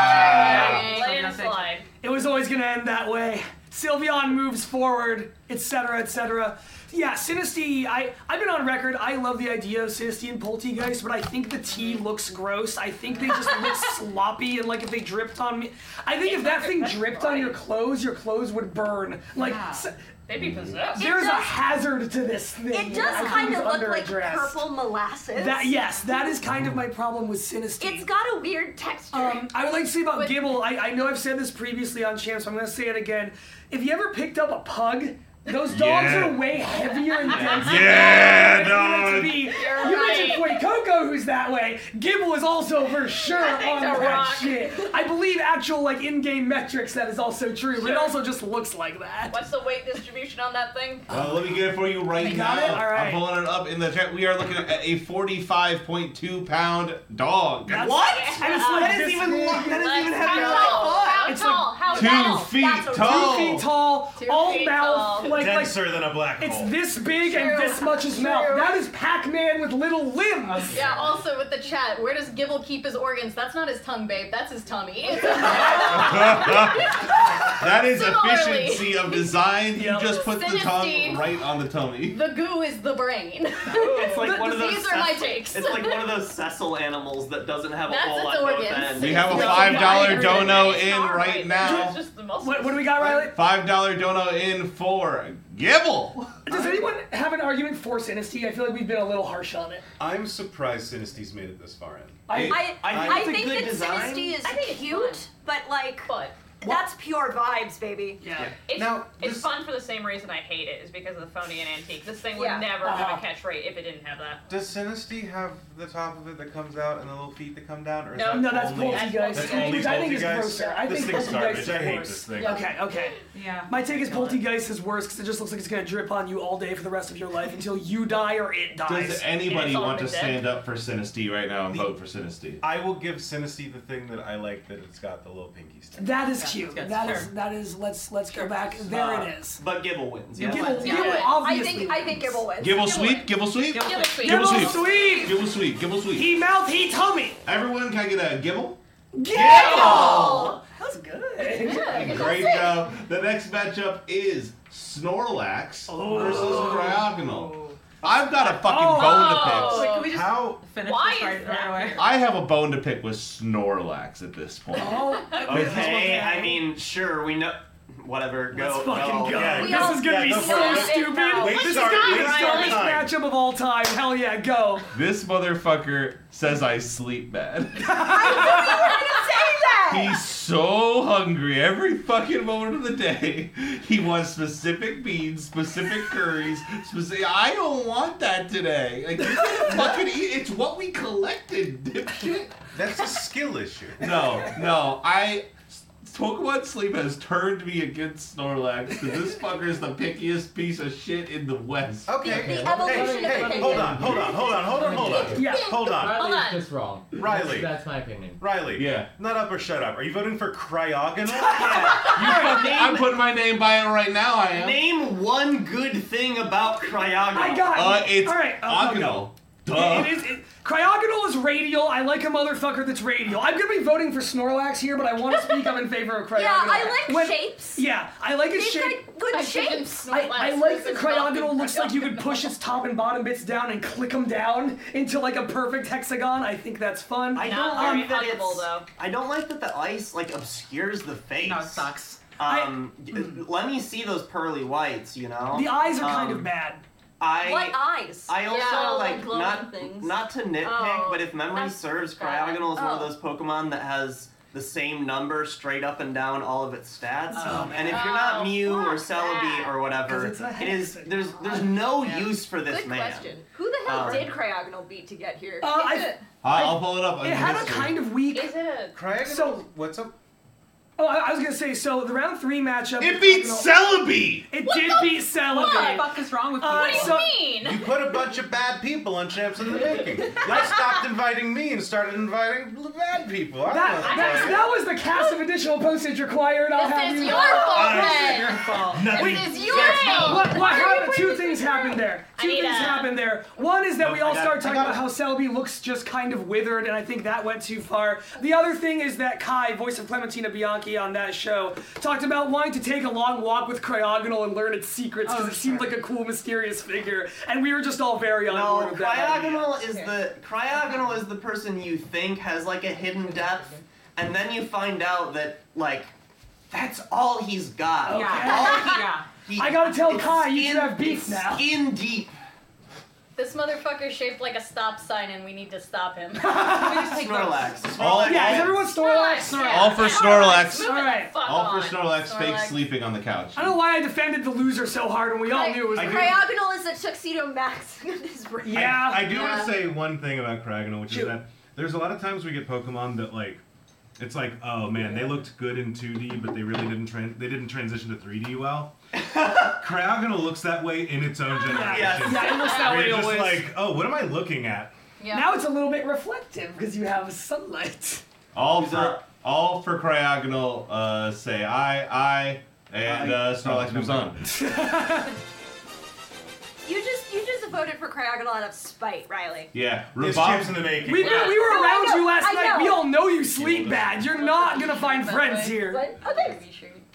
Speaker 3: Ah.
Speaker 2: landslide.
Speaker 1: It was always going to end that way. Sylveon moves forward, etc., etc. Yeah, Sinisty, I, I've been on record. I love the idea of Sinisty and Poltegeist, but I think the tea looks gross. I think they just look sloppy, and like if they dripped on me. I think if that thing dripped on your clothes, your clothes would burn. Like,
Speaker 8: Yeah.
Speaker 1: s-
Speaker 2: They'd be possessed.
Speaker 1: Mm-hmm. there's a
Speaker 6: does-
Speaker 1: hazard to this thing.
Speaker 6: It
Speaker 1: I
Speaker 6: does
Speaker 1: think
Speaker 6: kind of
Speaker 1: it's
Speaker 6: look like
Speaker 1: underaddressed.
Speaker 6: purple molasses.
Speaker 1: That, yes, that is kind of my problem with Sinisty.
Speaker 6: It's got a weird texture.
Speaker 1: Um, I would like to say about
Speaker 4: But-
Speaker 1: Gibble. I, I know I've said this previously on Champs, so I'm going to say it again. If you ever picked up a pug, those dogs
Speaker 3: Yeah.
Speaker 1: are way heavier and denser.
Speaker 3: Yeah,
Speaker 1: than you meant to
Speaker 3: dog.
Speaker 1: be. You mentioned Koi Coco, who's that way. Gibble is also for sure on
Speaker 2: thing's a
Speaker 1: that
Speaker 2: rock.
Speaker 1: shit. I believe actual like in-game metrics that is also true, but it
Speaker 2: Sure.
Speaker 1: also just looks like that.
Speaker 2: What's the weight distribution on that thing?
Speaker 3: Uh, let me get it for you right
Speaker 1: You
Speaker 3: now.
Speaker 1: got it? All right.
Speaker 3: I'm pulling it up in the chat. We are looking at a 45.2 pound dog.
Speaker 1: That's-
Speaker 9: What?
Speaker 1: And it's like
Speaker 9: That
Speaker 1: this
Speaker 9: is even
Speaker 1: big.
Speaker 9: lo- that is even
Speaker 2: how
Speaker 9: heavier than
Speaker 2: tall?
Speaker 9: I
Speaker 2: How
Speaker 1: It's
Speaker 2: tall? how
Speaker 3: Two
Speaker 2: tall?
Speaker 3: feet
Speaker 6: that's a-
Speaker 3: tall.
Speaker 1: two feet tall, all
Speaker 2: feet
Speaker 1: mouth,
Speaker 2: tall.
Speaker 1: like like
Speaker 5: denser than a black
Speaker 1: It's
Speaker 5: hole.
Speaker 1: this big and
Speaker 4: True.
Speaker 1: this much is mouth.
Speaker 4: True.
Speaker 1: That is Pac-Man with little limbs.
Speaker 4: Oh, Yeah, also with the chat, where does Gibble keep his organs? That's not his tongue, babe. That's his tummy.
Speaker 3: That is
Speaker 4: Similarly.
Speaker 3: efficiency of design. You
Speaker 1: Yep.
Speaker 3: just put the tongue
Speaker 4: Synesthete.
Speaker 3: right on the tummy.
Speaker 4: the goo is the brain.
Speaker 9: It's like one of those.
Speaker 4: These are my
Speaker 9: Cecil-
Speaker 4: takes.
Speaker 9: It's like one of those sessile animals that doesn't have a
Speaker 4: That's
Speaker 9: hole
Speaker 4: its
Speaker 9: on both
Speaker 4: organs.
Speaker 9: ends.
Speaker 3: We have a
Speaker 4: Yeah.
Speaker 3: five dollar
Speaker 4: Yeah.
Speaker 3: dono in
Speaker 2: Arm
Speaker 3: right
Speaker 2: That's
Speaker 3: now.
Speaker 2: just the muscles.
Speaker 1: What, what do we got, Riley?
Speaker 3: Five dollar dono in for Gibble.
Speaker 1: Does anyone have an argument for Synesty? I feel like we've been a little harsh on it.
Speaker 5: I'm surprised Synesty's made it this far in.
Speaker 6: I,
Speaker 9: I
Speaker 6: I,
Speaker 9: think it's a
Speaker 6: think
Speaker 9: good
Speaker 6: that
Speaker 9: design.
Speaker 6: Sinisty is
Speaker 2: I think it's
Speaker 6: cute, but like
Speaker 2: But
Speaker 6: that's pure vibes, baby.
Speaker 1: Yeah.
Speaker 2: It's,
Speaker 9: Now,
Speaker 2: it's
Speaker 9: this-
Speaker 2: fun for the same reason I hate it, is because of the phony and antique. This thing would
Speaker 6: Yeah.
Speaker 2: never
Speaker 1: Uh-huh.
Speaker 2: have a catch rate if it didn't have that.
Speaker 5: Does Synesty have the top of it that comes out and the little feet that come down? Or is
Speaker 2: No,
Speaker 5: that
Speaker 1: No, that's
Speaker 5: only,
Speaker 1: Poltegeist.
Speaker 5: That's only
Speaker 1: Which I think is
Speaker 5: Poltegeist?
Speaker 1: grosser. I
Speaker 5: This
Speaker 1: think
Speaker 5: thing's
Speaker 1: Poltegeist is
Speaker 5: garbage. I hate
Speaker 1: worse.
Speaker 5: this thing.
Speaker 1: Okay, okay.
Speaker 8: Yeah.
Speaker 1: My take is
Speaker 8: Kill it.
Speaker 1: Poltegeist is worse because it just looks like it's gonna drip on you all day for the rest of your life until you die or it
Speaker 3: Does
Speaker 1: dies.
Speaker 3: anybody
Speaker 2: It's all
Speaker 3: want to
Speaker 2: been dead.
Speaker 3: stand up for Synesty right now and
Speaker 5: The-
Speaker 3: vote for Synesty?
Speaker 5: I will give Synesty the thing that I like that it's got the little pinky stick.
Speaker 1: That is
Speaker 8: Yeah,
Speaker 1: cute.
Speaker 8: that's
Speaker 1: That
Speaker 8: good.
Speaker 1: is that is. Let's let's go back. There
Speaker 9: Uh,
Speaker 1: it is.
Speaker 9: But Gibble wins. Yeah.
Speaker 1: Gibble,
Speaker 6: Yeah.
Speaker 1: Gibble
Speaker 6: I
Speaker 1: obviously.
Speaker 6: think I think Gibble wins.
Speaker 3: Gibble sweep. Gibble sweep.
Speaker 8: Gibble-
Speaker 2: Gibble sweep.
Speaker 1: Gibble
Speaker 3: Gibble
Speaker 1: sweep.
Speaker 3: Gibble sweep. Gibble sweep.
Speaker 1: He mouth, he tummy.
Speaker 3: Everyone, can I get a Gibble?
Speaker 1: Gibble. That was good.
Speaker 3: Great go. The next matchup is Snorlax
Speaker 1: Oh.
Speaker 3: versus Cryogonal. I've got a fucking
Speaker 2: Oh.
Speaker 3: bone to pick.
Speaker 8: Wait, can we just
Speaker 5: How?
Speaker 8: finish
Speaker 2: Why
Speaker 8: this
Speaker 2: is
Speaker 8: right,
Speaker 2: that
Speaker 8: right away?
Speaker 2: here?
Speaker 3: I have a bone to pick with Snorlax at this point.
Speaker 1: Oh.
Speaker 9: Okay, I mean, sure, we know. Whatever, go.
Speaker 1: Let's
Speaker 9: go.
Speaker 1: fucking go.
Speaker 5: Yeah,
Speaker 1: this
Speaker 5: go.
Speaker 1: is gonna
Speaker 5: Yeah,
Speaker 1: be
Speaker 5: go
Speaker 1: so
Speaker 5: for it.
Speaker 1: stupid.
Speaker 5: Wait,
Speaker 1: this is
Speaker 5: start-
Speaker 1: gonna be
Speaker 5: wait,
Speaker 1: the
Speaker 5: start
Speaker 1: dumbest
Speaker 5: time.
Speaker 1: matchup of all time. Hell yeah, go.
Speaker 3: This motherfucker says I sleep bad.
Speaker 6: Say that.
Speaker 3: He's so hungry every fucking moment of the day. He wants specific beans, specific curries, specific. I don't want that today. Like, you can fucking eat. It's what we collected, dipshit.
Speaker 5: That's a skill issue.
Speaker 3: No, no, I. Pokemon Sleep has turned me against Snorlax because this fucker is the pickiest piece of shit in the West.
Speaker 5: Okay.
Speaker 6: The
Speaker 5: hey,
Speaker 6: evolution of
Speaker 5: hey,
Speaker 6: opinion.
Speaker 5: hold on, hold on, hold on, hold on, hold on.
Speaker 1: Yeah.
Speaker 5: Hold on.
Speaker 2: Hold
Speaker 10: Riley's
Speaker 2: on.
Speaker 10: just wrong.
Speaker 5: Riley.
Speaker 10: That's, that's my opinion.
Speaker 5: Riley.
Speaker 3: Yeah.
Speaker 5: Not up or shut up. Are you voting for Cryogonal?
Speaker 3: You fucking, I'm putting my name by it right now, I am.
Speaker 9: Name one good thing about Cryogonal.
Speaker 1: I got
Speaker 3: Uh,
Speaker 1: it.
Speaker 3: it's
Speaker 1: all right. uh,
Speaker 3: Ogonal. Duh.
Speaker 1: It is, it, Cryogonal is radial. I like a motherfucker that's radial. I'm gonna be voting for Snorlax here, but I want to speak. I'm in favor of Cryogonal.
Speaker 6: Yeah, I like
Speaker 1: When-
Speaker 6: shapes.
Speaker 1: Yeah, I like his
Speaker 6: They've
Speaker 1: shape.
Speaker 6: got good
Speaker 4: I've given
Speaker 6: shapes.
Speaker 1: I,
Speaker 4: Snorlax
Speaker 1: I like the
Speaker 4: versus Malcolm
Speaker 1: cryogonal looks like you could
Speaker 4: Cryogonal.
Speaker 1: push its top and bottom bits down and click them down into like a perfect hexagon. I think that's fun.
Speaker 9: I
Speaker 2: Not
Speaker 9: don't like that
Speaker 2: unhuggable,
Speaker 9: Um, it's.
Speaker 2: though.
Speaker 9: I don't like that the ice like obscures the face.
Speaker 8: No, it sucks.
Speaker 9: Um, y- let me see those pearly whites. You know.
Speaker 1: mm. the eyes are kind
Speaker 9: Um,
Speaker 1: of bad.
Speaker 9: I.
Speaker 6: What eyes?
Speaker 9: I also
Speaker 4: Yeah, like
Speaker 9: like
Speaker 4: glowing
Speaker 9: not
Speaker 4: things.
Speaker 9: not to nitpick,
Speaker 6: Oh,
Speaker 9: but if memory
Speaker 6: that's
Speaker 9: serves,
Speaker 6: bad.
Speaker 9: Cryogonal is one of
Speaker 6: Oh.
Speaker 9: those Pokemon that has the same number straight up and down all of its stats.
Speaker 8: Oh,
Speaker 9: and if you're not
Speaker 6: Oh,
Speaker 9: Mew or
Speaker 6: fuck that.
Speaker 9: Celebi or
Speaker 1: 'Cause
Speaker 9: whatever,
Speaker 1: it's a
Speaker 9: it is
Speaker 1: hexagon.
Speaker 9: there's there's no
Speaker 8: Yeah.
Speaker 9: use for this
Speaker 4: Good
Speaker 9: man.
Speaker 4: question. Who the hell
Speaker 9: Um,
Speaker 4: did Cryogonal beat to get here?
Speaker 1: Uh,
Speaker 4: Is
Speaker 1: I-
Speaker 4: it-
Speaker 3: I- I'll pull it up.
Speaker 1: It had a kind of weak.
Speaker 2: Is it a
Speaker 5: Craig,
Speaker 1: So-
Speaker 5: what's up?
Speaker 1: Oh, I, I was gonna say. So the round three matchup.
Speaker 3: It beat
Speaker 1: cryogonal-
Speaker 3: Celebi.
Speaker 1: It did beat
Speaker 8: What the
Speaker 1: Celebi.
Speaker 8: fuck is wrong with
Speaker 1: Uh,
Speaker 8: you?
Speaker 1: so-
Speaker 2: mean?
Speaker 5: You put a bunch of bad people on Champs in the Making. Y'all stopped inviting me and started inviting bad people. I
Speaker 1: That,
Speaker 5: don't
Speaker 1: that,
Speaker 5: know.
Speaker 1: that was the cast of additional postage required. I'll have
Speaker 4: This is
Speaker 1: you.
Speaker 4: your fault,
Speaker 1: This is
Speaker 4: Red.
Speaker 1: your fault.
Speaker 4: This
Speaker 3: Nothing.
Speaker 4: is your fault.
Speaker 1: What, what happened? Two things happened there. Two
Speaker 2: need
Speaker 1: things
Speaker 2: a-
Speaker 1: happened there. One is that we
Speaker 5: Nope, I
Speaker 1: all
Speaker 5: got
Speaker 1: start
Speaker 5: it, I
Speaker 1: talking
Speaker 5: got
Speaker 1: about
Speaker 5: it.
Speaker 1: how Selby looks just kind of withered, and I think that went too far. The other thing is that Kai, voice of Clementina Bianchi on that show, talked about wanting to take a long walk with Cryogonal and learn its secrets because
Speaker 8: Oh,
Speaker 1: it seemed
Speaker 8: sure.
Speaker 1: like a cool, mysterious figure, and we were just all very on
Speaker 9: No,
Speaker 1: board with that.
Speaker 9: Cryogonal is the Cryogonal is the person you think has like a hidden depth, and then you find out that like that's all he's got.
Speaker 8: Yeah. yeah.
Speaker 9: He-
Speaker 1: I gotta tell
Speaker 9: it's
Speaker 1: Kai, you should
Speaker 9: skin-
Speaker 1: have beef
Speaker 9: it's
Speaker 1: now.
Speaker 9: Skin deep.
Speaker 4: This motherfucker's shaped like a stop sign, and we need to stop him.
Speaker 8: Can we just take
Speaker 9: Snorlax.
Speaker 3: All,
Speaker 1: Yeah, is everyone Snorlax?
Speaker 2: Snorlax.
Speaker 3: all for Snorlax.
Speaker 2: Moving
Speaker 1: Alright.
Speaker 2: the fuck
Speaker 3: All for
Speaker 2: on.
Speaker 3: Snorlax, fake
Speaker 4: Snorlax.
Speaker 3: sleeping on the couch.
Speaker 1: I don't know why I defended the loser so hard when we all
Speaker 4: Cry-
Speaker 1: knew it was.
Speaker 5: I
Speaker 1: the-
Speaker 5: do-
Speaker 6: Cryogonal is a tuxedo mask in his brain.
Speaker 5: I-
Speaker 1: Yeah.
Speaker 5: I, do want
Speaker 4: Yeah.
Speaker 5: to say one thing about Cryogonal, which
Speaker 1: Shoot.
Speaker 5: is that there's a lot of times we get Pokemon that like, it's like, oh man, they looked good in 2D, but they really didn't tran they didn't transition to 3D well. Cryogonal looks that way in its own generation.
Speaker 9: Yes.
Speaker 1: Yeah, it looks that
Speaker 5: Where
Speaker 1: way
Speaker 5: you're just
Speaker 1: always.
Speaker 5: like, oh, what am I looking at?
Speaker 4: Yeah.
Speaker 1: Now it's a little bit reflective because you have sunlight.
Speaker 3: All
Speaker 9: Who's
Speaker 3: for
Speaker 9: up?
Speaker 3: all for Cryogonal. Uh, say I I and
Speaker 5: Aye.
Speaker 3: uh, Snorlax moves on.
Speaker 6: You just you just voted for Cryogonal out of spite, Riley.
Speaker 3: Yeah,
Speaker 5: This
Speaker 3: Rubab-
Speaker 5: Champs in the making.
Speaker 1: We,
Speaker 2: Yeah.
Speaker 1: we were
Speaker 6: No, Oh, I
Speaker 1: around
Speaker 6: know,
Speaker 1: you last
Speaker 6: I
Speaker 1: night.
Speaker 6: know.
Speaker 1: We all know you sleep bad. You're not gonna find friends here.
Speaker 4: What? Oh, thanks.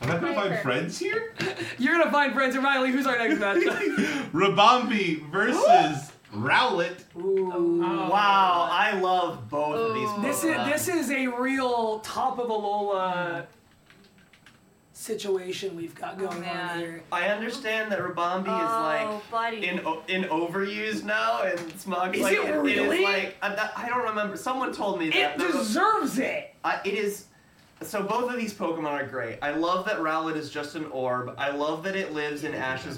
Speaker 3: I'm not gonna find
Speaker 4: Sure.
Speaker 3: friends here.
Speaker 1: You're gonna find friends. And Riley, who's our next matchup?
Speaker 3: Rabambi versus Rowlet.
Speaker 6: Oh.
Speaker 9: Wow, I love both of these. Pokemon.
Speaker 1: This is this is a real top of Alola
Speaker 6: Mm.
Speaker 1: situation we've got going on
Speaker 6: Oh, man.
Speaker 1: here.
Speaker 9: I understand that Rabambi is
Speaker 6: oh,
Speaker 9: like
Speaker 6: buddy.
Speaker 9: in o- in overuse now, and Smog
Speaker 1: Is
Speaker 9: like
Speaker 1: it
Speaker 9: is
Speaker 1: really?
Speaker 9: like I'm not- I don't remember. Someone told me that.
Speaker 1: It
Speaker 9: That was-
Speaker 1: deserves it.
Speaker 9: I, it is. So both of these Pokemon are great. I love that Rowlet is just an orb. I love that it lives in Ash's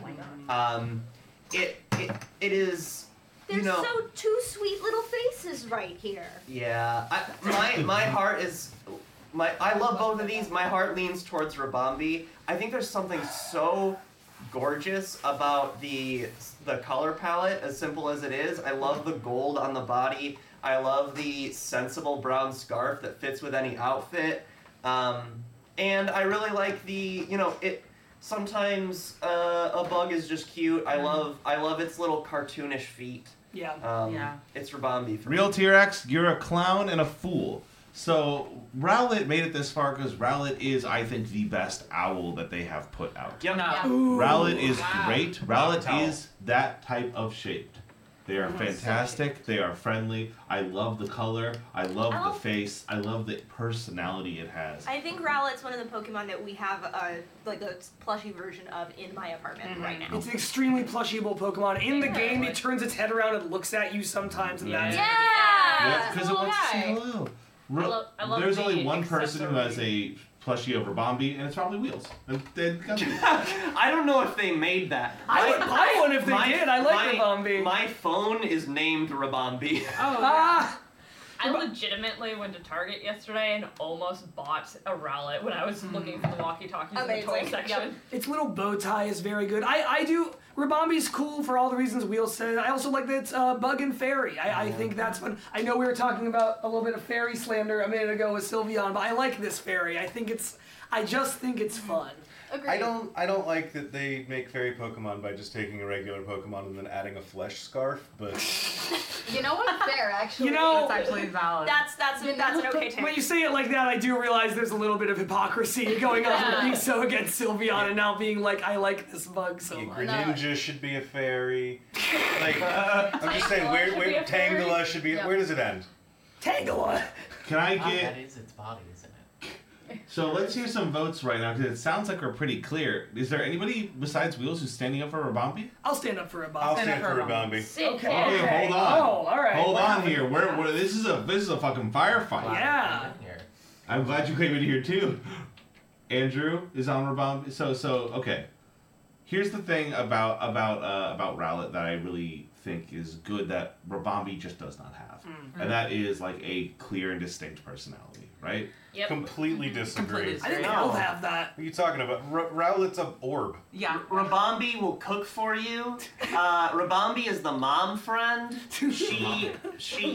Speaker 6: oh my god.
Speaker 9: Um, it it, it is.
Speaker 6: They're
Speaker 9: you know,
Speaker 6: so two sweet little faces right here.
Speaker 9: Yeah, I, Uh, my my heart is my I love both of these. My heart leans towards Rabambi. I think there's something so gorgeous about the the color palette, as simple as it is. I love the gold on the body. I love the sensible brown scarf that fits with any outfit. Um, and I really like the you know it. Sometimes uh, a bug is just cute. I love I love its little cartoonish feet.
Speaker 1: Yeah.
Speaker 9: Um,
Speaker 8: Yeah.
Speaker 9: It's Rabambi for me.
Speaker 3: Real T-Rex, you're a clown and a fool. So Rowlet made it this far because Rowlet is, I think, the best owl that they have put out.
Speaker 9: Yep.
Speaker 8: No.
Speaker 1: Ooh.
Speaker 3: Rowlet is
Speaker 2: wow.
Speaker 3: great. Rowlet
Speaker 5: Towel.
Speaker 3: is that type of shape. They are fantastic. They are friendly. I love the color. I love
Speaker 6: Owl.
Speaker 3: the face. I love the personality it has.
Speaker 6: I think Rowlet's one of the Pokemon that we have a like a plushy version of in my apartment
Speaker 9: Mm-hmm.
Speaker 6: right now.
Speaker 1: It's an extremely plushable Pokemon. In the game, it turns its head around and looks at you sometimes, and that's
Speaker 3: Yeah.
Speaker 2: Yeah.
Speaker 3: because it wants to say hello. Ro-
Speaker 2: I love- I love
Speaker 3: Oh, There's
Speaker 2: the
Speaker 3: only one person who has a plushie over Bombi, and it's probably Wheels. And they got these.
Speaker 9: I don't know if they made that.
Speaker 1: I would buy one if they
Speaker 9: my-
Speaker 1: did. I like
Speaker 9: my,
Speaker 1: Rabambi.
Speaker 9: My phone is named
Speaker 8: Oh,
Speaker 9: Rabambi.
Speaker 8: yeah.
Speaker 1: ah,
Speaker 2: I legitimately went to Target yesterday and almost bought a Rowlet when I was looking for the walkie-talkies in the toy
Speaker 6: Amazing.
Speaker 2: section.
Speaker 1: its little bow tie is very good. I, I do. Rabambi's cool for all the reasons Wheels said. I also like that it's uh, Bug and Fairy. I, I think that's fun. I know we were talking about a little bit of fairy slander a minute ago with Sylveon, but I like this fairy. I think it's. I just think it's fun.
Speaker 4: Agreed.
Speaker 5: I don't I don't like that they make fairy Pokemon by just taking a regular Pokemon and then adding a flesh scarf, but
Speaker 4: You know what? Fair, actually.
Speaker 1: You know-
Speaker 8: That's actually valid.
Speaker 6: That's that's that's an okay
Speaker 1: When
Speaker 6: take.
Speaker 1: you say it like that, I do realize there's a little bit of hypocrisy going on with being so against Sylveon and now being like, I like this bug so
Speaker 5: yeah,
Speaker 1: much.
Speaker 5: Greninja should be a fairy. Like I'm just saying where
Speaker 2: should be
Speaker 5: where
Speaker 2: a fairy.
Speaker 5: Tangela should be
Speaker 4: Yeah.
Speaker 5: where does it end?
Speaker 1: Tangela!
Speaker 3: Can I
Speaker 10: Ah,
Speaker 3: get
Speaker 10: that is its body, isn't it?
Speaker 3: So let's hear some votes right now because it sounds like we're pretty clear. Is there anybody besides Wheels who's standing up for Rabambi?
Speaker 1: I'll stand up for a
Speaker 5: I'll
Speaker 1: boss.
Speaker 8: Stand
Speaker 5: stand
Speaker 8: up
Speaker 5: for
Speaker 8: for Rabambi.
Speaker 5: Rabambi.
Speaker 2: Sit
Speaker 1: Okay.
Speaker 2: down.
Speaker 3: Okay, hold on.
Speaker 1: Oh, all right.
Speaker 3: Hold
Speaker 1: We're
Speaker 3: on
Speaker 1: having-
Speaker 3: here. We're, we're this is a this is a fucking firefight.
Speaker 10: Wow,
Speaker 1: Yeah.
Speaker 10: I'm in here.
Speaker 3: I'm glad you came in here too. Andrew is on Rabambi. So so okay. Here's the thing about about uh, about Rowlet that I really think is good that Rabambi just does not have,
Speaker 5: Hmm. Mm-hmm.
Speaker 3: and that is like a clear and distinct personality, right?
Speaker 2: Yep.
Speaker 5: Completely disagree.
Speaker 8: Completely
Speaker 1: I think
Speaker 8: disagree.
Speaker 9: No.
Speaker 1: I'll have that.
Speaker 5: What are you talking about? R- Rowlet's a orb.
Speaker 8: Yeah.
Speaker 9: Rabambi will cook for you. Uh, Rabambi is the mom friend. She, she,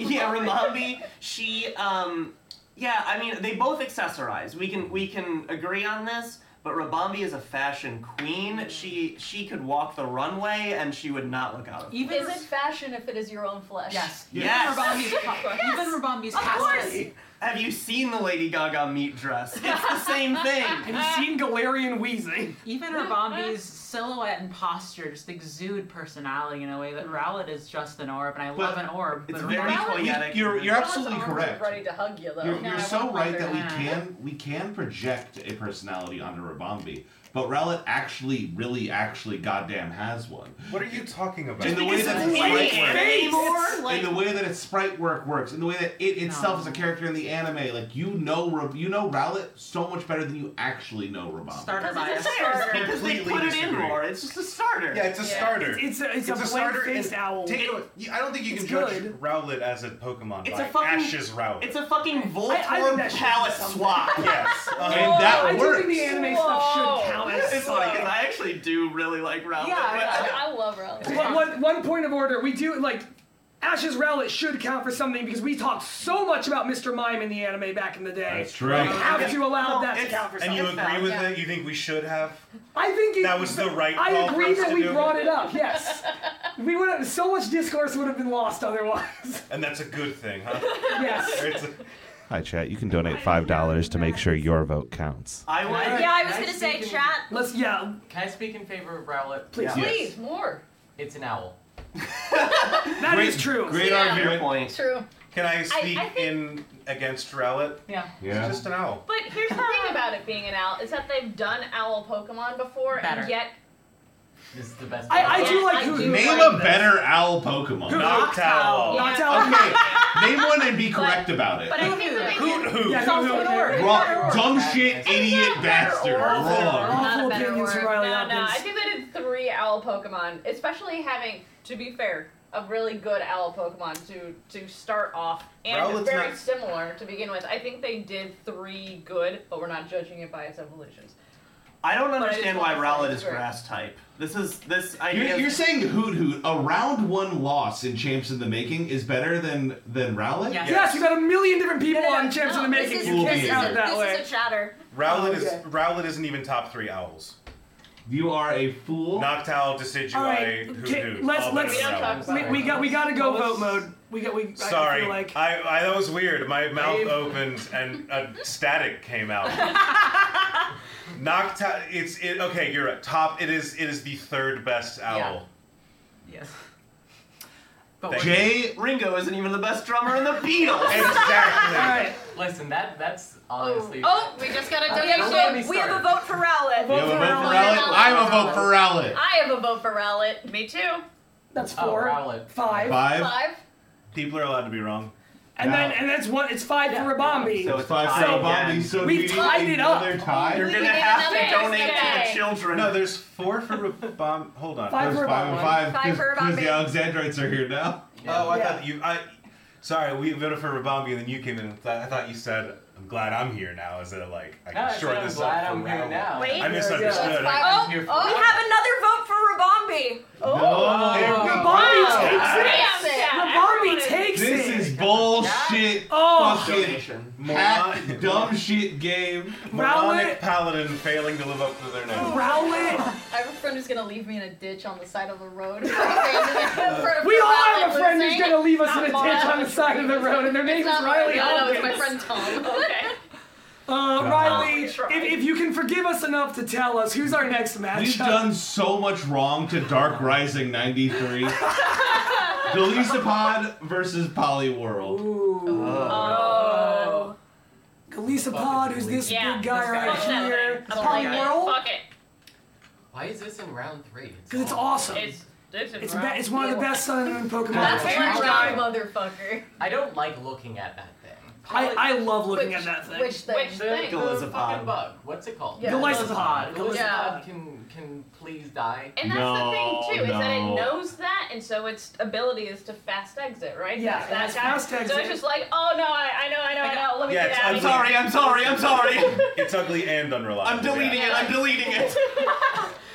Speaker 9: yeah, Rabambi. She, um, yeah. I mean, they both accessorize. We can we can agree on this. But Rabambi is a fashion
Speaker 8: Mm.
Speaker 9: queen. She she could walk the runway and she would not look out. Of
Speaker 8: Even
Speaker 4: Is it fashion if it is your own flesh?
Speaker 8: Yes.
Speaker 9: Yes.
Speaker 8: Even Rabambi's, even Rabambi's
Speaker 6: Of course.
Speaker 8: casket.
Speaker 9: Have you seen the Lady Gaga meat dress? It's the same
Speaker 1: Have
Speaker 9: thing.
Speaker 1: you seen Galarian wheezing?
Speaker 8: Even Rabambi's silhouette and posture just exude personality in a way that Rowlet is just an orb, and I love an orb.
Speaker 9: It's
Speaker 8: but
Speaker 9: very
Speaker 8: Rowlet-
Speaker 9: poetic.
Speaker 3: You're you're
Speaker 2: Someone's
Speaker 3: absolutely
Speaker 2: arms are
Speaker 3: correct.
Speaker 2: Ready to hug you though.
Speaker 3: You're,
Speaker 8: No,
Speaker 3: you're
Speaker 8: I
Speaker 3: so
Speaker 8: wouldn't
Speaker 3: right
Speaker 8: like
Speaker 3: that
Speaker 8: her.
Speaker 3: we can we can project a personality onto Rabambi, but Rowlett actually, really, actually, goddamn has one.
Speaker 5: What are you talking about?
Speaker 3: In the way
Speaker 1: Because
Speaker 3: that
Speaker 1: it's
Speaker 3: the
Speaker 1: in
Speaker 3: sprite
Speaker 1: his
Speaker 3: works,
Speaker 1: face.
Speaker 9: Anymore? Like,
Speaker 3: in the way that its sprite work works, in the way that it itself
Speaker 8: No.
Speaker 3: is a character in the anime, like you know, Ra- you know Rowlett so much better than you actually know Rabambi.
Speaker 8: Starter
Speaker 9: because
Speaker 8: bias.
Speaker 9: it's a starter. Because they
Speaker 5: Completely
Speaker 9: put it in
Speaker 5: disagree.
Speaker 9: more. It's just a starter.
Speaker 5: yeah, it's a
Speaker 2: Yeah.
Speaker 5: starter.
Speaker 1: It's a, it's,
Speaker 5: It's
Speaker 1: a,
Speaker 5: a
Speaker 1: blank
Speaker 5: starter
Speaker 1: faced
Speaker 5: and-
Speaker 1: owl.
Speaker 5: Take it away. You- I don't think you
Speaker 1: It's
Speaker 5: can judge
Speaker 1: good.
Speaker 5: Rowlet as a Pokemon
Speaker 9: It's
Speaker 5: by
Speaker 9: a fucking-
Speaker 5: Ash's Rowlet.
Speaker 9: It's a fucking Voltorb
Speaker 1: I think that should be
Speaker 9: palette
Speaker 1: something.
Speaker 9: swap.
Speaker 5: yes. Uh,
Speaker 3: and that
Speaker 1: I do
Speaker 3: works.
Speaker 1: think the anime stuff should count as
Speaker 9: it's like, and I actually do really like Rowlet.
Speaker 8: Yeah,
Speaker 2: I love Relic.
Speaker 1: One- one- one point of order. We do like Ash's Rowlet should count for something because we talked so much about Mr. Mime in the anime back in the day.
Speaker 3: That's true.
Speaker 1: We have to allow
Speaker 9: No,
Speaker 1: that to
Speaker 9: it's-
Speaker 1: count for
Speaker 5: and
Speaker 1: something.
Speaker 5: you
Speaker 9: It's valid,
Speaker 5: agree with
Speaker 4: yeah.
Speaker 5: it? You think we should have?
Speaker 1: I think it,
Speaker 5: That was the right
Speaker 1: I
Speaker 5: call for
Speaker 1: agree
Speaker 5: us
Speaker 1: that
Speaker 5: to
Speaker 1: we
Speaker 5: do.
Speaker 1: brought it up. Yes, we would have so much discourse would have been lost otherwise.
Speaker 5: And that's a good thing, huh?
Speaker 1: yes.
Speaker 5: It's a-
Speaker 3: Hi, chat. You can donate five dollars to make sure your vote counts.
Speaker 9: I would.
Speaker 6: Yeah, I was
Speaker 10: Can I
Speaker 6: gonna say
Speaker 10: speak in-
Speaker 6: chat.
Speaker 1: Let's yeah.
Speaker 10: Can I speak in favor of Rowlet?
Speaker 1: Please.
Speaker 9: Yeah.
Speaker 2: Please, more.
Speaker 10: It's an owl.
Speaker 1: That is
Speaker 3: Great-
Speaker 1: true.
Speaker 3: Great
Speaker 4: Yeah.
Speaker 9: Fair
Speaker 3: argument.
Speaker 9: point.
Speaker 4: True.
Speaker 5: Can I speak
Speaker 2: think-
Speaker 5: in against Rowlet?
Speaker 8: Yeah.
Speaker 5: It's just an owl.
Speaker 2: But here's the thing about it being an owl is that they've done owl Pokemon before,
Speaker 8: Better.
Speaker 2: and yet
Speaker 10: This is the best.
Speaker 1: I, I
Speaker 10: one.
Speaker 1: do
Speaker 2: Yeah,
Speaker 1: like
Speaker 2: I
Speaker 1: who.
Speaker 2: do
Speaker 3: Name
Speaker 1: like
Speaker 3: a
Speaker 1: this.
Speaker 3: better owl Pokemon.
Speaker 1: Who-
Speaker 5: Noctowl.
Speaker 1: Noctowl.
Speaker 3: Okay, name one and be correct about it.
Speaker 2: but I think that they
Speaker 5: Hoot hoot.
Speaker 1: Yeah,
Speaker 8: It's
Speaker 1: who-
Speaker 8: also
Speaker 1: who-
Speaker 8: an orb.
Speaker 1: who-
Speaker 3: Wrong, dumb
Speaker 10: Better
Speaker 3: shit,
Speaker 10: or-
Speaker 3: idiot bastard. Wrong.
Speaker 4: Not
Speaker 1: Awful
Speaker 4: a better
Speaker 1: opinions from
Speaker 4: word.
Speaker 1: Riley
Speaker 2: no, no.
Speaker 1: Hopkins.
Speaker 2: I think they did three owl Pokemon, especially having, to be fair, a really good owl Pokemon to to start off, and
Speaker 5: Rowlet's
Speaker 2: very
Speaker 5: not-
Speaker 2: similar to begin with. I think they did three good, but we're not judging it by its evolutions.
Speaker 9: I don't
Speaker 2: I
Speaker 9: understand
Speaker 2: just wanna
Speaker 9: why
Speaker 2: say
Speaker 9: Rowlet
Speaker 2: it's
Speaker 9: is
Speaker 2: great.
Speaker 9: grass type. This is this
Speaker 3: You're,
Speaker 9: idea.
Speaker 3: you're saying Hoot Hoot, a round one loss in Champs in the Making is better than than Rowlett?
Speaker 8: Yes.
Speaker 1: Yes, you got a million different people
Speaker 2: No, no,
Speaker 1: on Champs
Speaker 4: no,
Speaker 1: in the
Speaker 4: this
Speaker 1: Making.
Speaker 4: is-
Speaker 1: You
Speaker 3: this
Speaker 1: can't
Speaker 3: is
Speaker 1: count
Speaker 3: a-
Speaker 1: it that way.
Speaker 4: This is a chatter.
Speaker 5: Rowlet is
Speaker 1: Okay.
Speaker 5: Rowlet isn't even top three owls.
Speaker 3: You are a fool.
Speaker 5: Noctowl, Decidueye,
Speaker 1: All right,
Speaker 5: hoot
Speaker 1: okay,
Speaker 5: hoot.
Speaker 1: let's-
Speaker 5: all
Speaker 1: let's-
Speaker 5: better than
Speaker 2: We don't
Speaker 5: owls.
Speaker 2: talk
Speaker 1: We, we got we got to go
Speaker 10: Well,
Speaker 1: vote
Speaker 10: let's-
Speaker 1: mode. We got we. I
Speaker 5: Sorry,
Speaker 1: feel like
Speaker 5: I, I that was weird. My mouth
Speaker 10: Dave.
Speaker 5: opened and a static came out. Nocta, it's it. Okay, you're at top. It is it is the third best owl.
Speaker 10: Yeah.
Speaker 8: Yes. But
Speaker 5: Thank
Speaker 8: we're-
Speaker 3: Jay,
Speaker 9: Ringo isn't even the best drummer in the Beatles.
Speaker 5: Exactly.
Speaker 1: all right.
Speaker 10: Listen, that that's honestly.
Speaker 4: Oh, we just got a
Speaker 10: Okay,
Speaker 4: donation.
Speaker 10: don't get me
Speaker 6: We have a
Speaker 10: started.
Speaker 6: vote for Rowlet.
Speaker 3: you have a vote for Rowlett? I'm a vote for Rowlett.
Speaker 4: I have a vote for Rowlett.
Speaker 2: Me too.
Speaker 1: That's
Speaker 10: Oh,
Speaker 1: four,
Speaker 10: Rowlett.
Speaker 1: five,
Speaker 3: Five.
Speaker 4: Five.
Speaker 5: People are allowed to be wrong.
Speaker 1: and then
Speaker 3: Now-
Speaker 1: and that's one. It's five
Speaker 10: Yeah.
Speaker 1: for Rabambi.
Speaker 9: So
Speaker 3: It's five
Speaker 9: Tie
Speaker 3: for
Speaker 1: again.
Speaker 3: Bobby, so
Speaker 1: We
Speaker 3: do you
Speaker 1: tied
Speaker 3: need
Speaker 1: it up.
Speaker 3: another tie?
Speaker 9: You're
Speaker 4: We
Speaker 9: gonna
Speaker 4: did
Speaker 9: have to
Speaker 4: another
Speaker 9: donate to
Speaker 4: yesterday.
Speaker 9: the children.
Speaker 5: No, there's four for Ra- bomb. Hold on.
Speaker 1: Five
Speaker 3: There's
Speaker 1: for
Speaker 3: five and
Speaker 1: Bobby.
Speaker 3: five
Speaker 6: Five for
Speaker 3: because the
Speaker 6: Bobby.
Speaker 3: Alexandrites are here now.
Speaker 5: Oh, I
Speaker 1: Yeah.
Speaker 5: thought you. I sorry, we voted for Rabambi, and then you came in. and thought, I thought you said, "I'm glad I'm here now." Is it like I
Speaker 10: No, I
Speaker 5: can shorten
Speaker 10: said I'm
Speaker 5: this
Speaker 10: glad
Speaker 5: up?
Speaker 10: I'm
Speaker 5: for
Speaker 10: here
Speaker 5: Rowlett.
Speaker 10: now.
Speaker 1: Wait.
Speaker 5: I misunderstood.
Speaker 4: Yeah.
Speaker 5: I-
Speaker 6: Oh,
Speaker 10: I'm here for
Speaker 6: we have another vote for Rabombi.
Speaker 3: No.
Speaker 1: Rabambi
Speaker 3: Wow.
Speaker 1: takes it.
Speaker 2: Damn, yeah,
Speaker 1: Rabambi
Speaker 2: everyone is-
Speaker 1: takes
Speaker 3: This
Speaker 1: it.
Speaker 3: is bullshit.
Speaker 1: Oh,
Speaker 3: fucking
Speaker 9: donation.
Speaker 3: hack, dumb shit game. Moronic paladin failing to live up to their name.
Speaker 4: I have a friend who's gonna leave me in a ditch on the side of the road. for- for-
Speaker 1: We
Speaker 4: for
Speaker 1: all have a
Speaker 4: Rowlett
Speaker 1: friend who's
Speaker 4: listening.
Speaker 1: gonna leave us
Speaker 4: Not
Speaker 1: in a ditch
Speaker 4: Rowlett.
Speaker 1: on the side of the road, and their name
Speaker 4: It's
Speaker 1: is
Speaker 4: not
Speaker 1: Riley.
Speaker 4: Rowlett, no, it's my
Speaker 1: Hawkins.
Speaker 4: friend Tom.
Speaker 2: okay.
Speaker 1: Uh,
Speaker 3: God.
Speaker 1: Riley,
Speaker 2: Oh,
Speaker 1: if,
Speaker 2: try.
Speaker 1: if you can forgive us enough to tell us who's our next matchup.
Speaker 3: We've done so much wrong to Dark Rising 93. Delizapod versus Polyworld.
Speaker 1: Ooh.
Speaker 2: Oh.
Speaker 1: Galisa Pod, who's this
Speaker 2: Yeah,
Speaker 1: big guy
Speaker 10: this guy.
Speaker 1: right
Speaker 2: Fuck that
Speaker 1: here?
Speaker 2: thing. I don't
Speaker 1: Pod
Speaker 2: like it.
Speaker 1: World?
Speaker 2: Fuck it.
Speaker 10: Why is this in round three?
Speaker 1: Because it's awesome.
Speaker 2: It's it's,
Speaker 1: It's, be- it's one of the best Sun and Moon Pokemon.
Speaker 4: That's
Speaker 1: Check
Speaker 4: one
Speaker 1: it
Speaker 4: round
Speaker 1: out.
Speaker 4: motherfucker.
Speaker 10: I don't like looking at that thing.
Speaker 1: I, I love looking
Speaker 4: Which-
Speaker 1: at that thing.
Speaker 4: Which thing?
Speaker 2: Which
Speaker 10: The,
Speaker 2: thing?
Speaker 10: the
Speaker 9: Galazapod.
Speaker 10: fucking bug. What's it called?
Speaker 4: Yeah.
Speaker 1: Galazapod.
Speaker 10: Galazapod
Speaker 4: Yeah.
Speaker 10: can can please die.
Speaker 2: And that's the
Speaker 3: No,
Speaker 2: thing too, is that
Speaker 3: no.
Speaker 2: it knows that, and so its ability is to fast exit, right?
Speaker 1: Yeah,
Speaker 2: It's
Speaker 1: it
Speaker 2: that
Speaker 1: has
Speaker 2: guy.
Speaker 1: fast
Speaker 2: So
Speaker 1: exit.
Speaker 2: it's just like, oh no, I, I know, I know, I know. Let me
Speaker 3: Yeah,
Speaker 2: get
Speaker 3: it's-
Speaker 2: out
Speaker 3: I'm
Speaker 2: of
Speaker 3: sorry,
Speaker 9: I'm sorry, I'm sorry.
Speaker 3: It's ugly and unreliable.
Speaker 9: I'm deleting it, I'm deleting it.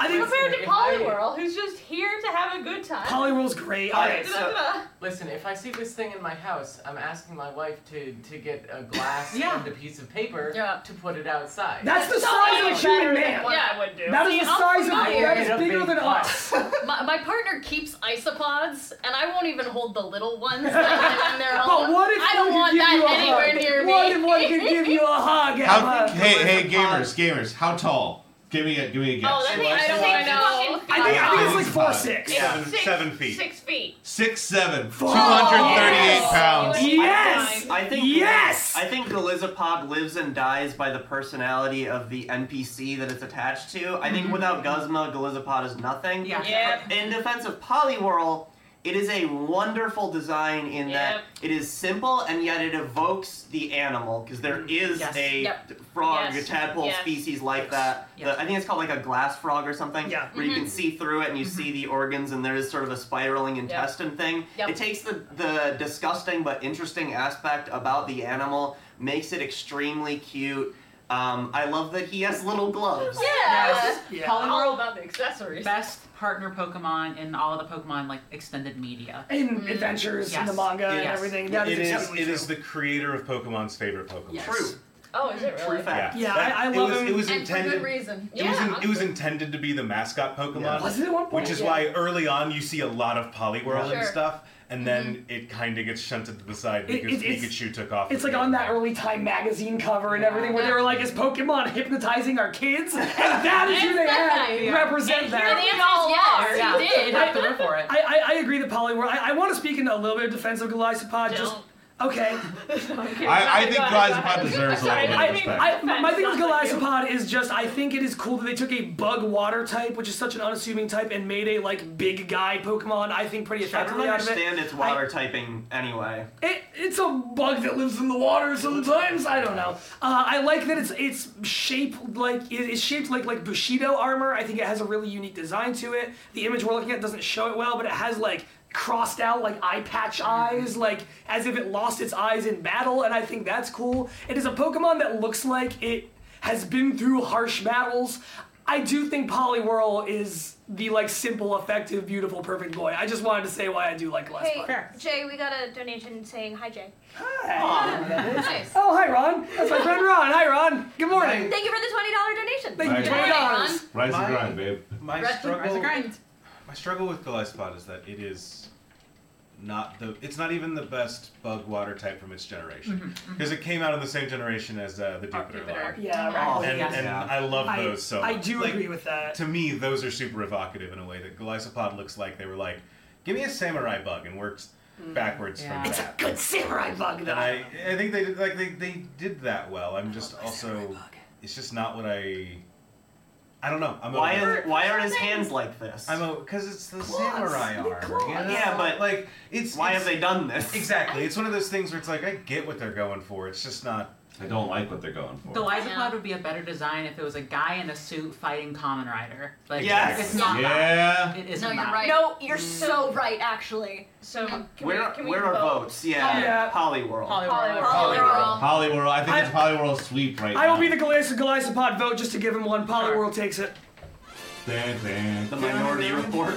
Speaker 1: I
Speaker 2: here.
Speaker 1: think
Speaker 2: Compared to
Speaker 10: If I-
Speaker 2: Polyworld, who's just here to have a good time.
Speaker 1: Polyworld's great.
Speaker 10: Alright,
Speaker 2: Da-da-da-da.
Speaker 10: Listen, if I see this thing in my house, I'm asking my wife to to get a glass
Speaker 8: Yeah.
Speaker 10: and a piece of paper
Speaker 4: Yeah.
Speaker 10: to put it outside.
Speaker 1: That's the
Speaker 2: So
Speaker 1: size of a
Speaker 2: much
Speaker 1: human
Speaker 2: better than
Speaker 1: man.
Speaker 2: what
Speaker 4: Yeah.
Speaker 2: I would do.
Speaker 1: That is
Speaker 4: See,
Speaker 1: the
Speaker 4: I'm
Speaker 1: size of
Speaker 4: familiar.
Speaker 1: that
Speaker 10: Get
Speaker 1: is
Speaker 10: a
Speaker 1: bigger
Speaker 10: big
Speaker 1: than
Speaker 10: pot.
Speaker 1: us.
Speaker 4: My, my partner keeps isopods, and I won't even hold the little ones. and they're all-
Speaker 1: But what if
Speaker 4: I don't
Speaker 1: one
Speaker 4: want
Speaker 1: could give
Speaker 4: that
Speaker 1: you a
Speaker 4: anywhere
Speaker 1: hug?
Speaker 4: near
Speaker 1: What
Speaker 4: me.
Speaker 1: if one could give you a
Speaker 4: Oh.
Speaker 1: hug?
Speaker 3: How,
Speaker 1: Emma?
Speaker 3: hey, hey, gamers, gamers, how tall? Give me a, give me a guess.
Speaker 2: Oh, that
Speaker 9: She
Speaker 2: thing
Speaker 9: wants
Speaker 2: I
Speaker 9: to
Speaker 2: don't
Speaker 9: watch
Speaker 2: want
Speaker 4: it.
Speaker 2: to
Speaker 1: I think, I think it's like four
Speaker 3: Five.
Speaker 1: six.
Speaker 2: It's
Speaker 9: Seven-
Speaker 2: six,
Speaker 5: seven feet.
Speaker 2: Six feet.
Speaker 3: Six seven, two
Speaker 2: yes.
Speaker 3: 238 pounds.
Speaker 1: Yes.
Speaker 9: I think
Speaker 1: Yes.
Speaker 9: I think Galazapod lives and dies by the personality of the NPC that it's attached to. I
Speaker 1: Mm-hmm.
Speaker 9: think without Guzma, Galazapod is nothing.
Speaker 8: Yeah.
Speaker 2: Yep.
Speaker 9: In defense of Poliwhirl, it is a wonderful design in that
Speaker 2: Yep.
Speaker 9: it is simple and yet it evokes the animal because there is
Speaker 8: Yes.
Speaker 9: a
Speaker 4: Yep.
Speaker 9: t- frog,
Speaker 2: Yes.
Speaker 9: a tadpole
Speaker 2: Yes.
Speaker 9: species like that.
Speaker 8: Yes.
Speaker 9: The- I think it's called like a glass frog or something.
Speaker 1: Yeah.
Speaker 9: Where you can see through it and you see the organs and there is sort of a spiraling intestine thing.
Speaker 4: Yep.
Speaker 9: It takes the, the disgusting but interesting aspect about the animal, makes it extremely cute. Um, I love that he has little gloves.
Speaker 4: Yeah.
Speaker 1: Yeah.
Speaker 2: All
Speaker 8: Polyworld
Speaker 2: about the accessories.
Speaker 8: best partner Pokemon in all of the Pokemon like extended media.
Speaker 1: In adventures in the
Speaker 8: Yes.
Speaker 1: manga and
Speaker 8: Yes.
Speaker 1: everything. That is
Speaker 5: it is.
Speaker 1: exceptionally
Speaker 5: It
Speaker 1: true.
Speaker 5: is the creator of Pokemon's favorite Pokemon.
Speaker 8: Yes.
Speaker 9: True.
Speaker 2: Oh, is it
Speaker 9: True
Speaker 2: really?
Speaker 9: fact.
Speaker 1: Yeah,
Speaker 5: That-
Speaker 1: I- I
Speaker 5: it
Speaker 1: love
Speaker 5: was,
Speaker 1: him.
Speaker 5: It was
Speaker 4: And for
Speaker 5: intended.
Speaker 4: good reason.
Speaker 5: It was,
Speaker 2: Yeah.
Speaker 5: in, it was intended to be the mascot Pokemon,
Speaker 1: Was it at one point?
Speaker 5: which is
Speaker 4: Yeah.
Speaker 5: why early on you see a lot of Poliwhirl
Speaker 4: Sure.
Speaker 5: and stuff, and then it kind of gets shunted to the side
Speaker 1: It-
Speaker 5: because
Speaker 1: it- it's-
Speaker 5: Pikachu took off.
Speaker 1: It's
Speaker 5: and
Speaker 1: like on that
Speaker 5: came
Speaker 1: early Time magazine cover and everything where they
Speaker 4: Yeah.
Speaker 1: were like, is Pokemon hypnotizing our kids? And that is who they
Speaker 4: that
Speaker 1: had
Speaker 4: guy.
Speaker 1: represent
Speaker 2: And
Speaker 1: that.
Speaker 2: here
Speaker 4: The
Speaker 2: we
Speaker 4: answer
Speaker 2: all
Speaker 4: is
Speaker 2: are.
Speaker 4: yes.
Speaker 2: Yeah.
Speaker 4: He did.
Speaker 8: You'd have to root for it.
Speaker 1: I, I, I agree that Polyworld. I, I want to speak in a little bit of defense of Galisapod. Just okay.
Speaker 3: I, I think Glazapod
Speaker 2: Glazapod
Speaker 3: deserves a little
Speaker 2: Sorry,
Speaker 3: bit
Speaker 1: I
Speaker 3: of
Speaker 1: think
Speaker 3: respect.
Speaker 1: I, my my thing with
Speaker 2: Defense,
Speaker 1: Galazapod is just I think it is cool that they took a bug water type, which is such an unassuming type, and made a like big guy Pokemon. I think pretty
Speaker 9: I don't
Speaker 1: effectively out of it.
Speaker 9: understand its water typing anyway.
Speaker 1: It, it's a bug that lives in the water sometimes. I don't know. Uh, I like that it's it's shaped like it- it's shaped like like Bushido armor. I think it has a really unique design to it. The image we're looking at doesn't show it well, but it has like crossed out like eye patch eyes, like as if it lost its eyes in battle, and I think that's cool. It is a Pokemon that looks like it has been through harsh battles. I do think Poliwhirl is the like simple, effective, beautiful, perfect boy. I just wanted to say why I do like Glass
Speaker 6: Hey, Jay, we got a donation saying hi, Jay.
Speaker 4: nice.
Speaker 1: Oh, hi, Ron. That's my friend Ron. Hi, Ron. Good morning.
Speaker 6: Thank you for the twenty dollar donation.
Speaker 1: Thank you.
Speaker 3: Nice.
Speaker 1: Twenty dollars.
Speaker 3: Rise
Speaker 5: My-
Speaker 3: and grind, babe.
Speaker 5: My
Speaker 4: Rest in-
Speaker 5: struggle.
Speaker 8: grind.
Speaker 5: My struggle with Gillespot is that it is not the. It's not even the best bug water type from its
Speaker 1: Mm-hmm,
Speaker 5: generation because it came out in the same generation as uh, the Jupiter.
Speaker 8: Jupiter.
Speaker 5: Lark.
Speaker 1: Yeah,
Speaker 9: Oh,
Speaker 5: And,
Speaker 1: Ron.
Speaker 8: Yes.
Speaker 5: and I love
Speaker 1: I-
Speaker 5: those so.
Speaker 1: I
Speaker 5: much.
Speaker 1: do
Speaker 5: Like,
Speaker 1: agree with that.
Speaker 5: To me, those are super evocative in a way that Glycopod looks like they were like, "Give me a samurai bug," and worked backwards
Speaker 8: Yeah.
Speaker 5: from
Speaker 1: It's
Speaker 5: that.
Speaker 1: a good samurai bug, though.
Speaker 5: And I, I think they did, like they, they did that well. I'm just also, it's just not what I. I don't know. I'm
Speaker 9: Why
Speaker 5: over it.
Speaker 9: is why are his hands like this?
Speaker 5: I'm a because it's the samurai
Speaker 1: the
Speaker 5: armor.
Speaker 1: claws.
Speaker 5: you know?
Speaker 9: Yeah, but-
Speaker 5: like it's
Speaker 9: why
Speaker 5: it's,
Speaker 9: have they done this?
Speaker 5: exactly? It's one of those things where it's like I get what they're going for. It's just not.
Speaker 3: I don't like what they're going for.
Speaker 8: The
Speaker 4: Yeah.
Speaker 8: Lysopod would be a better design if it was a guy in a suit fighting Common Rider. Like
Speaker 9: Yes.
Speaker 8: it's not
Speaker 3: yeah.
Speaker 8: that. It isn't
Speaker 4: No, you're
Speaker 8: that.
Speaker 4: right.
Speaker 6: No, you're so right, actually.
Speaker 2: So can
Speaker 9: Where
Speaker 2: we, can
Speaker 9: where
Speaker 2: we
Speaker 9: are
Speaker 2: vote?
Speaker 9: votes? Yeah,
Speaker 1: Oh, Yeah.
Speaker 9: Polyworld.
Speaker 8: Polyworld.
Speaker 4: Polyworld.
Speaker 3: Polyworld. I think it's
Speaker 1: I-
Speaker 3: Polyworld sweep right
Speaker 1: I will
Speaker 3: now.
Speaker 1: be the Galis- Galisopod vote just to give him one. Polyworld takes it.
Speaker 3: Dun, dun,
Speaker 9: the
Speaker 3: dun.
Speaker 9: Minority Report.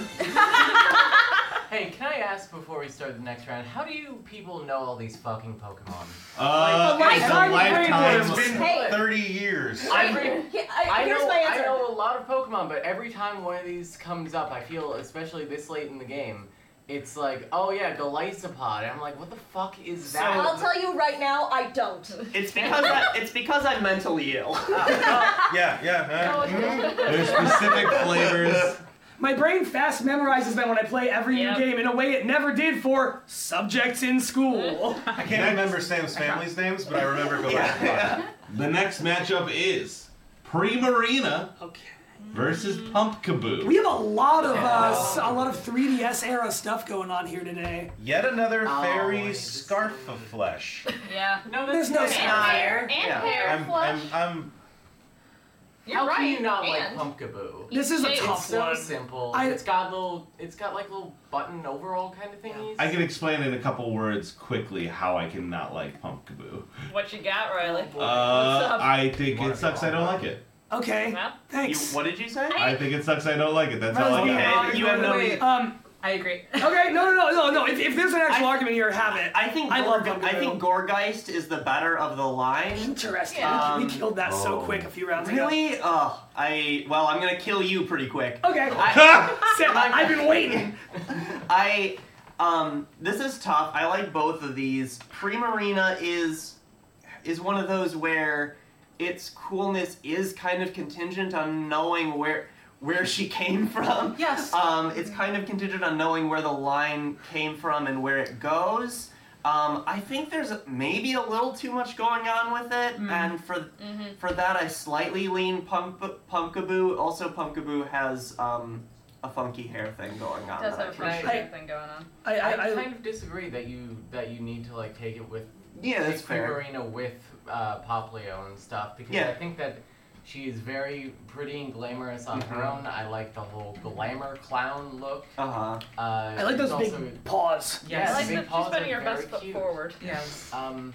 Speaker 10: Hey, can I ask before we start the next round, how do you people know all these fucking Pokemon?
Speaker 3: Uh,
Speaker 10: Like,
Speaker 3: it's a
Speaker 10: I've
Speaker 3: lifetime.
Speaker 10: played
Speaker 3: It's
Speaker 10: this.
Speaker 3: been
Speaker 10: Hey.
Speaker 3: 30 years.
Speaker 10: I,
Speaker 6: Here-
Speaker 10: I,
Speaker 6: here's
Speaker 10: know,
Speaker 6: my answer.
Speaker 10: I know a lot of Pokemon, but every time one of these comes up, I feel, especially this late in the game, it's like, oh yeah, Golisopod. And I'm like, what the fuck is that?
Speaker 6: I'll tell you right now, I don't.
Speaker 9: It's because I, it's because I'm mentally ill.
Speaker 3: Oh, Yeah, yeah.
Speaker 1: There's
Speaker 3: specific flavors.
Speaker 1: My brain fast memorizes them when I play every new game in a way it never did for subjects in school.
Speaker 3: I can't remember Sam's family's names, but I remember going The next matchup is Primarina versus Pump Kaboo.
Speaker 1: We have a lot of uh, s- a lot of 3DS era stuff going on here today.
Speaker 11: Yet another
Speaker 1: Oh,
Speaker 11: fairy scarf of flesh.
Speaker 2: Yeah.
Speaker 10: No,
Speaker 1: that's There's no
Speaker 2: and hair. And hair
Speaker 11: I'm,
Speaker 2: flush.
Speaker 11: I'm, I'm,
Speaker 2: You're
Speaker 10: How
Speaker 2: right.
Speaker 10: can you not
Speaker 2: and-
Speaker 10: like Pumpkaboo?
Speaker 1: This is a
Speaker 10: it's
Speaker 1: tough
Speaker 10: so
Speaker 1: one.
Speaker 10: simple.
Speaker 1: I-
Speaker 10: it's got little. It's got like little button overall kind of thingies.
Speaker 3: I can explain in a couple words quickly how I can not like Pump Kaboo.
Speaker 2: What you got, Riley? What's
Speaker 3: Uh,
Speaker 2: up?
Speaker 3: I think it sucks. I don't like it.
Speaker 1: Okay. Thanks.
Speaker 9: what did you say?
Speaker 3: I think it sucks. I don't like it. That's
Speaker 1: That
Speaker 3: all
Speaker 1: was
Speaker 3: I
Speaker 1: being
Speaker 3: got.
Speaker 1: wrong. Wait, um,
Speaker 8: I agree.
Speaker 1: Okay, no, no, no, no, no. If, if there's an actual argument here, have it.
Speaker 9: I think
Speaker 1: I love
Speaker 9: Gorg-
Speaker 1: Pumpkaboo.
Speaker 9: I think Gorgeist is the better of the line. Um,
Speaker 1: Interesting. we killed that
Speaker 3: Oh.
Speaker 1: so quick a few rounds ago.
Speaker 9: Really? Oh, I well, I'm gonna kill you pretty quick.
Speaker 1: Okay. Sam, I've been waiting.
Speaker 9: I um, this is tough. I like both of these. Primarina is is one of those where its coolness is kind of contingent on knowing where where she came from.
Speaker 8: Yes.
Speaker 9: Um, it's kind of contingent on knowing where the line came from and where it goes. Um, I think there's maybe a little too much going on with it,
Speaker 2: Mm-hmm.
Speaker 9: and for for that, I slightly lean Pump Pumpkaboo. Also, Pumpkaboo has um, a funky hair thing going on.
Speaker 2: Does
Speaker 9: that I
Speaker 2: have a
Speaker 9: appreciate.
Speaker 2: funny hair thing going on.
Speaker 1: I,
Speaker 10: I, kind of disagree that you that you need to like take it with
Speaker 9: Yeah,
Speaker 10: take
Speaker 9: that's fair.
Speaker 10: Primarina with uh, Poplio and stuff because
Speaker 9: Yeah.
Speaker 10: I think that she is very pretty and glamorous on her
Speaker 9: Mhm.
Speaker 10: own. I like the whole glamour clown look.
Speaker 9: Uh-huh.
Speaker 10: Uh,
Speaker 1: I like those big paws.
Speaker 10: Yes,
Speaker 2: I like
Speaker 10: big
Speaker 2: that
Speaker 10: paws
Speaker 2: she's putting
Speaker 10: are
Speaker 2: your best
Speaker 10: very
Speaker 2: foot
Speaker 10: cute.
Speaker 2: forward.
Speaker 10: Um,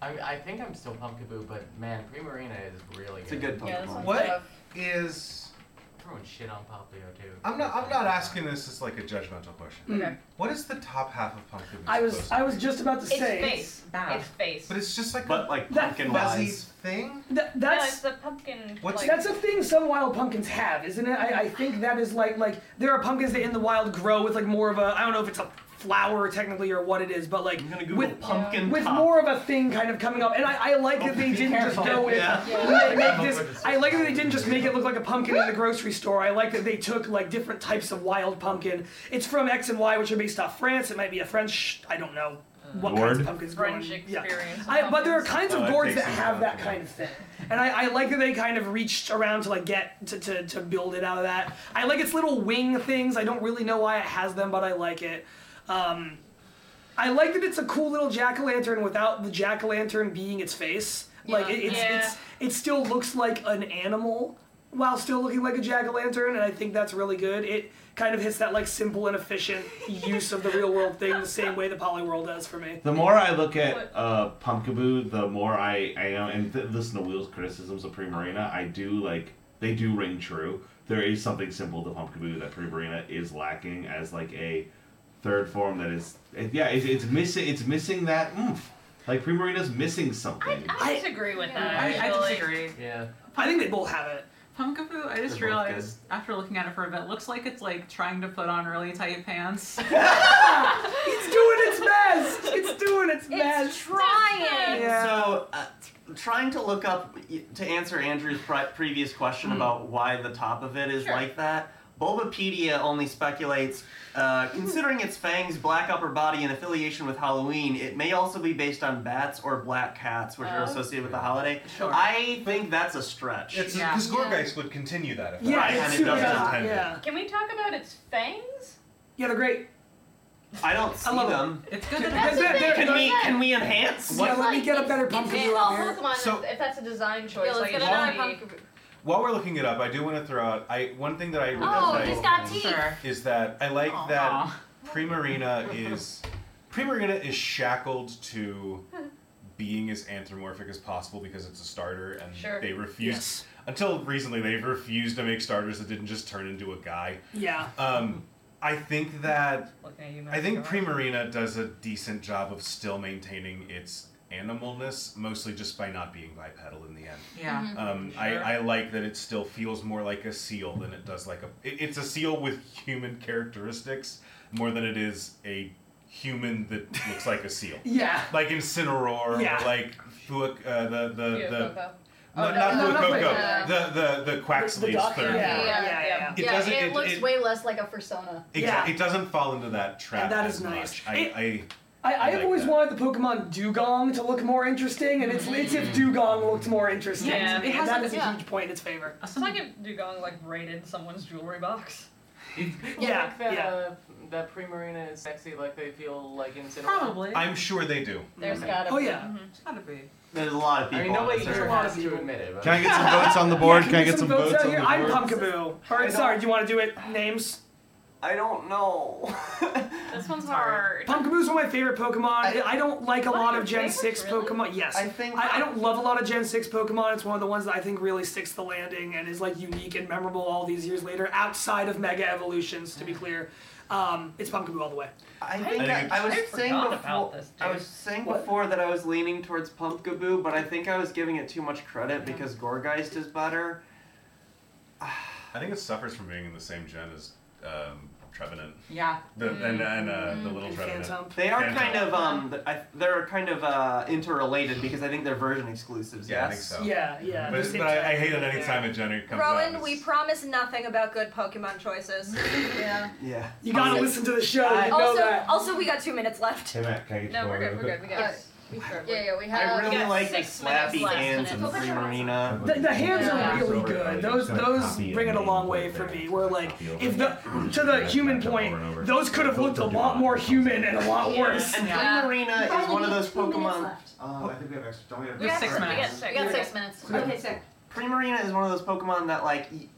Speaker 10: I, I think I'm still Pumpkaboo, but man, Primarina is really
Speaker 9: It's a
Speaker 10: good.
Speaker 9: good Yeah, Pokemon. that's
Speaker 11: What is?
Speaker 10: Throwing shit on Poplio too.
Speaker 11: I'm not. I'm not asking this as like a judgmental question.
Speaker 1: Okay.
Speaker 11: What is the top half of pumpkin?
Speaker 1: I was I was just about to
Speaker 2: It's
Speaker 1: say
Speaker 2: face. It's face.
Speaker 11: But it's just like
Speaker 9: but like
Speaker 11: pumpkin fuzzy
Speaker 1: eyes.
Speaker 11: thing.
Speaker 1: That,
Speaker 2: no,
Speaker 1: that's
Speaker 2: it's the pumpkin.
Speaker 1: What's
Speaker 2: like,
Speaker 1: that's a thing some wild pumpkins have, isn't it? I, I think that is like like there are pumpkins that in the wild grow with like more of a I don't know if it's a flower technically or what it is, but like with
Speaker 9: pumpkin
Speaker 1: with
Speaker 9: top.
Speaker 1: more of a thing kind of coming up. And I, I like that they didn't just go with
Speaker 9: Yeah.
Speaker 1: they make this. I like that they didn't just make it look like a pumpkin in the grocery store. I like that they took like different types of wild pumpkin. It's from X and Y, which are based off France. It might be a French. I don't know. What kinds
Speaker 3: Gourd?
Speaker 1: of pumpkins grow
Speaker 2: French
Speaker 1: in-
Speaker 2: experience.
Speaker 1: I, but there are kinds
Speaker 3: Oh,
Speaker 1: of
Speaker 3: that
Speaker 1: gourds
Speaker 3: takes
Speaker 1: that
Speaker 3: into
Speaker 1: have that
Speaker 3: account, yeah.
Speaker 1: kind of thing. And I, I like that they kind of reached around to like get to, to, to build it out of that. I like its little wing things. I don't really know why it has them, but I like it. Um, I like that it's a cool little jack o' lantern without the jack o' lantern being its face. Like
Speaker 2: Yeah.
Speaker 1: it, it's,
Speaker 2: Yeah.
Speaker 1: it's it still looks like an animal while still looking like a jack o' lantern, and I think that's really good. It kind of hits that like simple and efficient use of the real world thing the same way the polyworld does for me.
Speaker 3: The more I look at uh, Pumpkaboo, the more I, I am, and th- listen to Will's criticisms of Primarina, I do like, they do ring true. There is something simple to Pumpkaboo that Primarina is lacking as like a third form that is, it, yeah, it's, it's missing, it's missing that oomph. Like Primarina's missing something.
Speaker 2: I disagree with that.
Speaker 8: I, I
Speaker 2: actually.
Speaker 8: disagree.
Speaker 10: Yeah.
Speaker 1: I think they both have it.
Speaker 8: Punkaboo, I
Speaker 9: both
Speaker 8: just
Speaker 9: good.
Speaker 8: realized after looking at it for a bit, looks like it's like trying to put on really tight pants.
Speaker 1: It's doing its best. It's doing its best.
Speaker 6: Trying.
Speaker 1: Yeah.
Speaker 9: So, uh, t- trying to look up to answer Andrew's pre- previous question about why the top of it is
Speaker 2: Sure.
Speaker 9: like that. Bulbapedia only speculates, uh, considering its fangs, black upper body, and affiliation with Halloween, it may also be based on bats or black cats, which are
Speaker 2: Oh.
Speaker 9: associated with the holiday.
Speaker 8: Sure.
Speaker 9: I think that's a stretch.
Speaker 11: It's
Speaker 8: Yeah.
Speaker 11: because Gorgeist would continue that. If
Speaker 1: Yeah,
Speaker 9: Right,
Speaker 1: it's
Speaker 9: and it
Speaker 1: super
Speaker 9: doesn't
Speaker 1: hot,
Speaker 11: intend it.
Speaker 1: Yeah.
Speaker 2: Can we talk about its fangs?
Speaker 1: yeah, they're great.
Speaker 9: I don't see
Speaker 1: love it.
Speaker 9: them.
Speaker 8: it's good that
Speaker 1: That's
Speaker 8: it
Speaker 1: the
Speaker 8: has
Speaker 1: thing. They're-
Speaker 9: Can we
Speaker 1: they're-
Speaker 9: can we enhance?
Speaker 1: Yeah, let me
Speaker 6: like,
Speaker 1: get a better
Speaker 6: it's-
Speaker 1: pumpkin
Speaker 6: it's
Speaker 1: you
Speaker 6: all
Speaker 1: out here.
Speaker 6: Pokemon,
Speaker 11: So-
Speaker 6: if that's a design choice,
Speaker 2: let's
Speaker 6: like
Speaker 2: get
Speaker 6: it
Speaker 2: another
Speaker 6: should be-
Speaker 11: While we're looking it up, I do want to throw out. I one thing that I really
Speaker 6: Oh,
Speaker 11: like
Speaker 6: he's got teeth.
Speaker 8: Sure.
Speaker 11: is that I like
Speaker 8: Aw.
Speaker 11: that Primarina is Primarina is shackled to being as anthropomorphic as possible because it's a starter and
Speaker 2: Sure.
Speaker 11: they refuse
Speaker 1: Yes.
Speaker 11: until recently they've refused to make starters that didn't just turn into a guy.
Speaker 1: Yeah.
Speaker 11: Um,
Speaker 5: I think that
Speaker 2: Looking at you,
Speaker 5: I think
Speaker 2: Master.
Speaker 5: Primarina does a decent job of still maintaining its animalness, mostly just by not being bipedal in the end.
Speaker 8: Yeah. Mhm.
Speaker 5: Um,
Speaker 8: Sure.
Speaker 5: I, I like that it still feels more like a seal than it does like a. it- it's a seal with human characteristics more than it is a human that looks like a seal.
Speaker 1: Yeah.
Speaker 5: Like Incineroar,
Speaker 1: Yeah.
Speaker 5: or like Fuak, uh, the the the.
Speaker 2: Fuecoco.
Speaker 5: No,
Speaker 2: Oh, no,
Speaker 5: not
Speaker 2: no,
Speaker 5: Fuecoco.
Speaker 2: not Fuecoco.
Speaker 5: The the the Quaxley's third.
Speaker 4: Yeah, yeah, yeah.
Speaker 5: It doesn't.
Speaker 4: it,
Speaker 5: it-
Speaker 4: looks
Speaker 5: it-
Speaker 4: way less like a persona.
Speaker 5: Exa- It doesn't fall into that trap.
Speaker 1: And that
Speaker 5: as
Speaker 1: is nice.
Speaker 5: Much. I,
Speaker 1: It-
Speaker 5: I,
Speaker 1: I, I have
Speaker 5: like
Speaker 1: always
Speaker 5: that.
Speaker 1: wanted the Pokemon Dugong to look more interesting, and it's, it's if Dugong looked more interesting.
Speaker 2: Yeah.
Speaker 1: to me,
Speaker 2: It has
Speaker 1: that
Speaker 2: a-
Speaker 1: is a
Speaker 2: yeah.
Speaker 1: huge point in its favor.
Speaker 2: It's like if Dugong like raided someone's jewelry box.
Speaker 10: I
Speaker 1: Yeah,
Speaker 10: think that,
Speaker 1: yeah.
Speaker 10: uh, that Primarina is sexy like they feel like in cinema.
Speaker 8: Probably.
Speaker 5: I'm sure they do.
Speaker 10: There's
Speaker 8: gotta
Speaker 10: Oh,
Speaker 8: be.
Speaker 10: yeah.
Speaker 2: Mm-hmm.
Speaker 8: There's gotta be.
Speaker 9: There's a lot of people.
Speaker 10: I mean, nobody
Speaker 9: on this
Speaker 10: here
Speaker 9: earth.
Speaker 10: wants to admit it. But
Speaker 9: Can I get some votes on the board? Can I get some votes
Speaker 1: out
Speaker 9: on
Speaker 1: here?
Speaker 9: the board?
Speaker 1: I'm Punkaboo. All right, sorry. Do you want to do it? Names.
Speaker 9: I don't know.
Speaker 2: this one's hard.
Speaker 1: Punkaboo's one of my favorite Pokemon. I, don't like a lot of Gen 6 Pokemon. Yes. I
Speaker 9: think
Speaker 1: I, don't love a lot of Gen 6 Pokemon. It's one of the ones that I think really sticks the landing and is like unique and memorable all these years later, outside of Mega Evolutions, to be clear. Um, it's Punkaboo all the way.
Speaker 9: I think I, I was saying before. I was saying before that I was leaning towards Pumpkaboo, but I think I was giving it too much
Speaker 5: Mm.
Speaker 9: credit because Gorgeist is better.
Speaker 5: I think it suffers from being in the same gen as um, Trevenant.
Speaker 8: Yeah.
Speaker 5: The, And, and uh, the little Trevenant.
Speaker 9: They are
Speaker 5: Phantom.
Speaker 9: kind of um, th- I, they're kind of uh, interrelated because I think they're version exclusives.
Speaker 5: Yeah, I
Speaker 9: yes?
Speaker 5: think so. Yeah, yeah, But- the same but I- gen. I hate it anytime a gen comes out.
Speaker 6: Rowan, we promise nothing about good Pokemon choices. yeah.
Speaker 9: Yeah.
Speaker 1: You gotta listen to the show. you know
Speaker 6: also,
Speaker 1: that.
Speaker 6: also, we got two minutes left.
Speaker 5: Hey, Matt, can I get
Speaker 6: No,
Speaker 5: you
Speaker 6: we're
Speaker 5: more
Speaker 6: good,
Speaker 5: of
Speaker 6: we're
Speaker 5: a-
Speaker 6: good, we got it.
Speaker 4: Yeah, yeah, we have.
Speaker 9: I really like the slappy hands in
Speaker 4: minutes. Focus your
Speaker 9: Primarina.
Speaker 1: The, the hands are really good. Those those bring it a long way for me. Where like if the to the human point, those could have looked a lot more human and a lot worse.
Speaker 9: And Primarina is one of those Pokemon. Oh, I think we have extra. Don't we have?
Speaker 1: We have
Speaker 9: extra?
Speaker 1: six minutes.
Speaker 4: We got six minutes.
Speaker 9: sick. Primarina is one of those Pokemon that, like, y-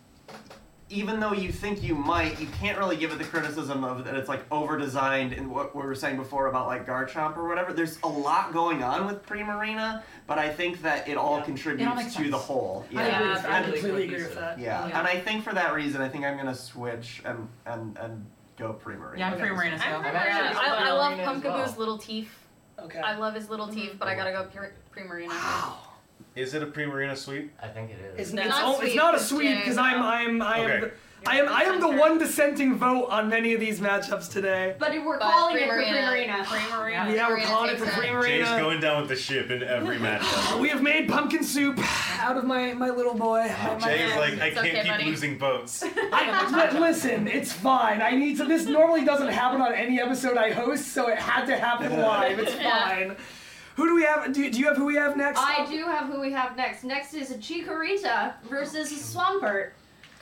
Speaker 9: even though you think you might, you can't really give it the criticism of that it's like over-designed and what we were saying before about like Garchomp or whatever. There's a lot going on with Primarina, but I think that it all contributes to the whole.
Speaker 1: I agree with that. I completely agree with that.
Speaker 9: Yeah, and I think for that reason, I think I'm gonna switch and and and go Primarina.
Speaker 8: Yeah, I'm Primarina, so- I'm
Speaker 4: Yeah, I, I love Pumpkaboo's
Speaker 9: Well.
Speaker 4: little teeth.
Speaker 1: Okay.
Speaker 4: I love his little teeth,
Speaker 5: Oh.
Speaker 4: but I gotta go Pri- Primarina. Wow.
Speaker 5: Is it a Primarina sweep?
Speaker 10: I think it
Speaker 1: It's,
Speaker 4: No,
Speaker 1: it's,
Speaker 4: not
Speaker 1: all- it's
Speaker 4: sweep,
Speaker 1: not a
Speaker 4: it's
Speaker 1: sweep because
Speaker 4: Jay.
Speaker 1: I'm I'm I am
Speaker 5: Okay.
Speaker 1: the- I am I am the one dissenting vote on many of these matchups today.
Speaker 6: But we're
Speaker 4: But
Speaker 6: calling it for
Speaker 4: Primarina.
Speaker 6: Primarina.
Speaker 1: Yeah, we're calling it for
Speaker 5: Jay's
Speaker 1: Primarina.
Speaker 5: going down with the ship in every matchup.
Speaker 1: We have made pumpkin soup out of my my little boy. my- my
Speaker 5: Jay's
Speaker 1: man.
Speaker 5: like, I can't keep losing votes.
Speaker 1: I, but listen, it's fine. I need to. This normally doesn't happen on any episode I host, so it had to happen live. It's
Speaker 6: Yeah.
Speaker 1: fine. Who do we have? Do, do you have who we have next?
Speaker 6: I do have who we have next. Next is Chikorita versus Swampert.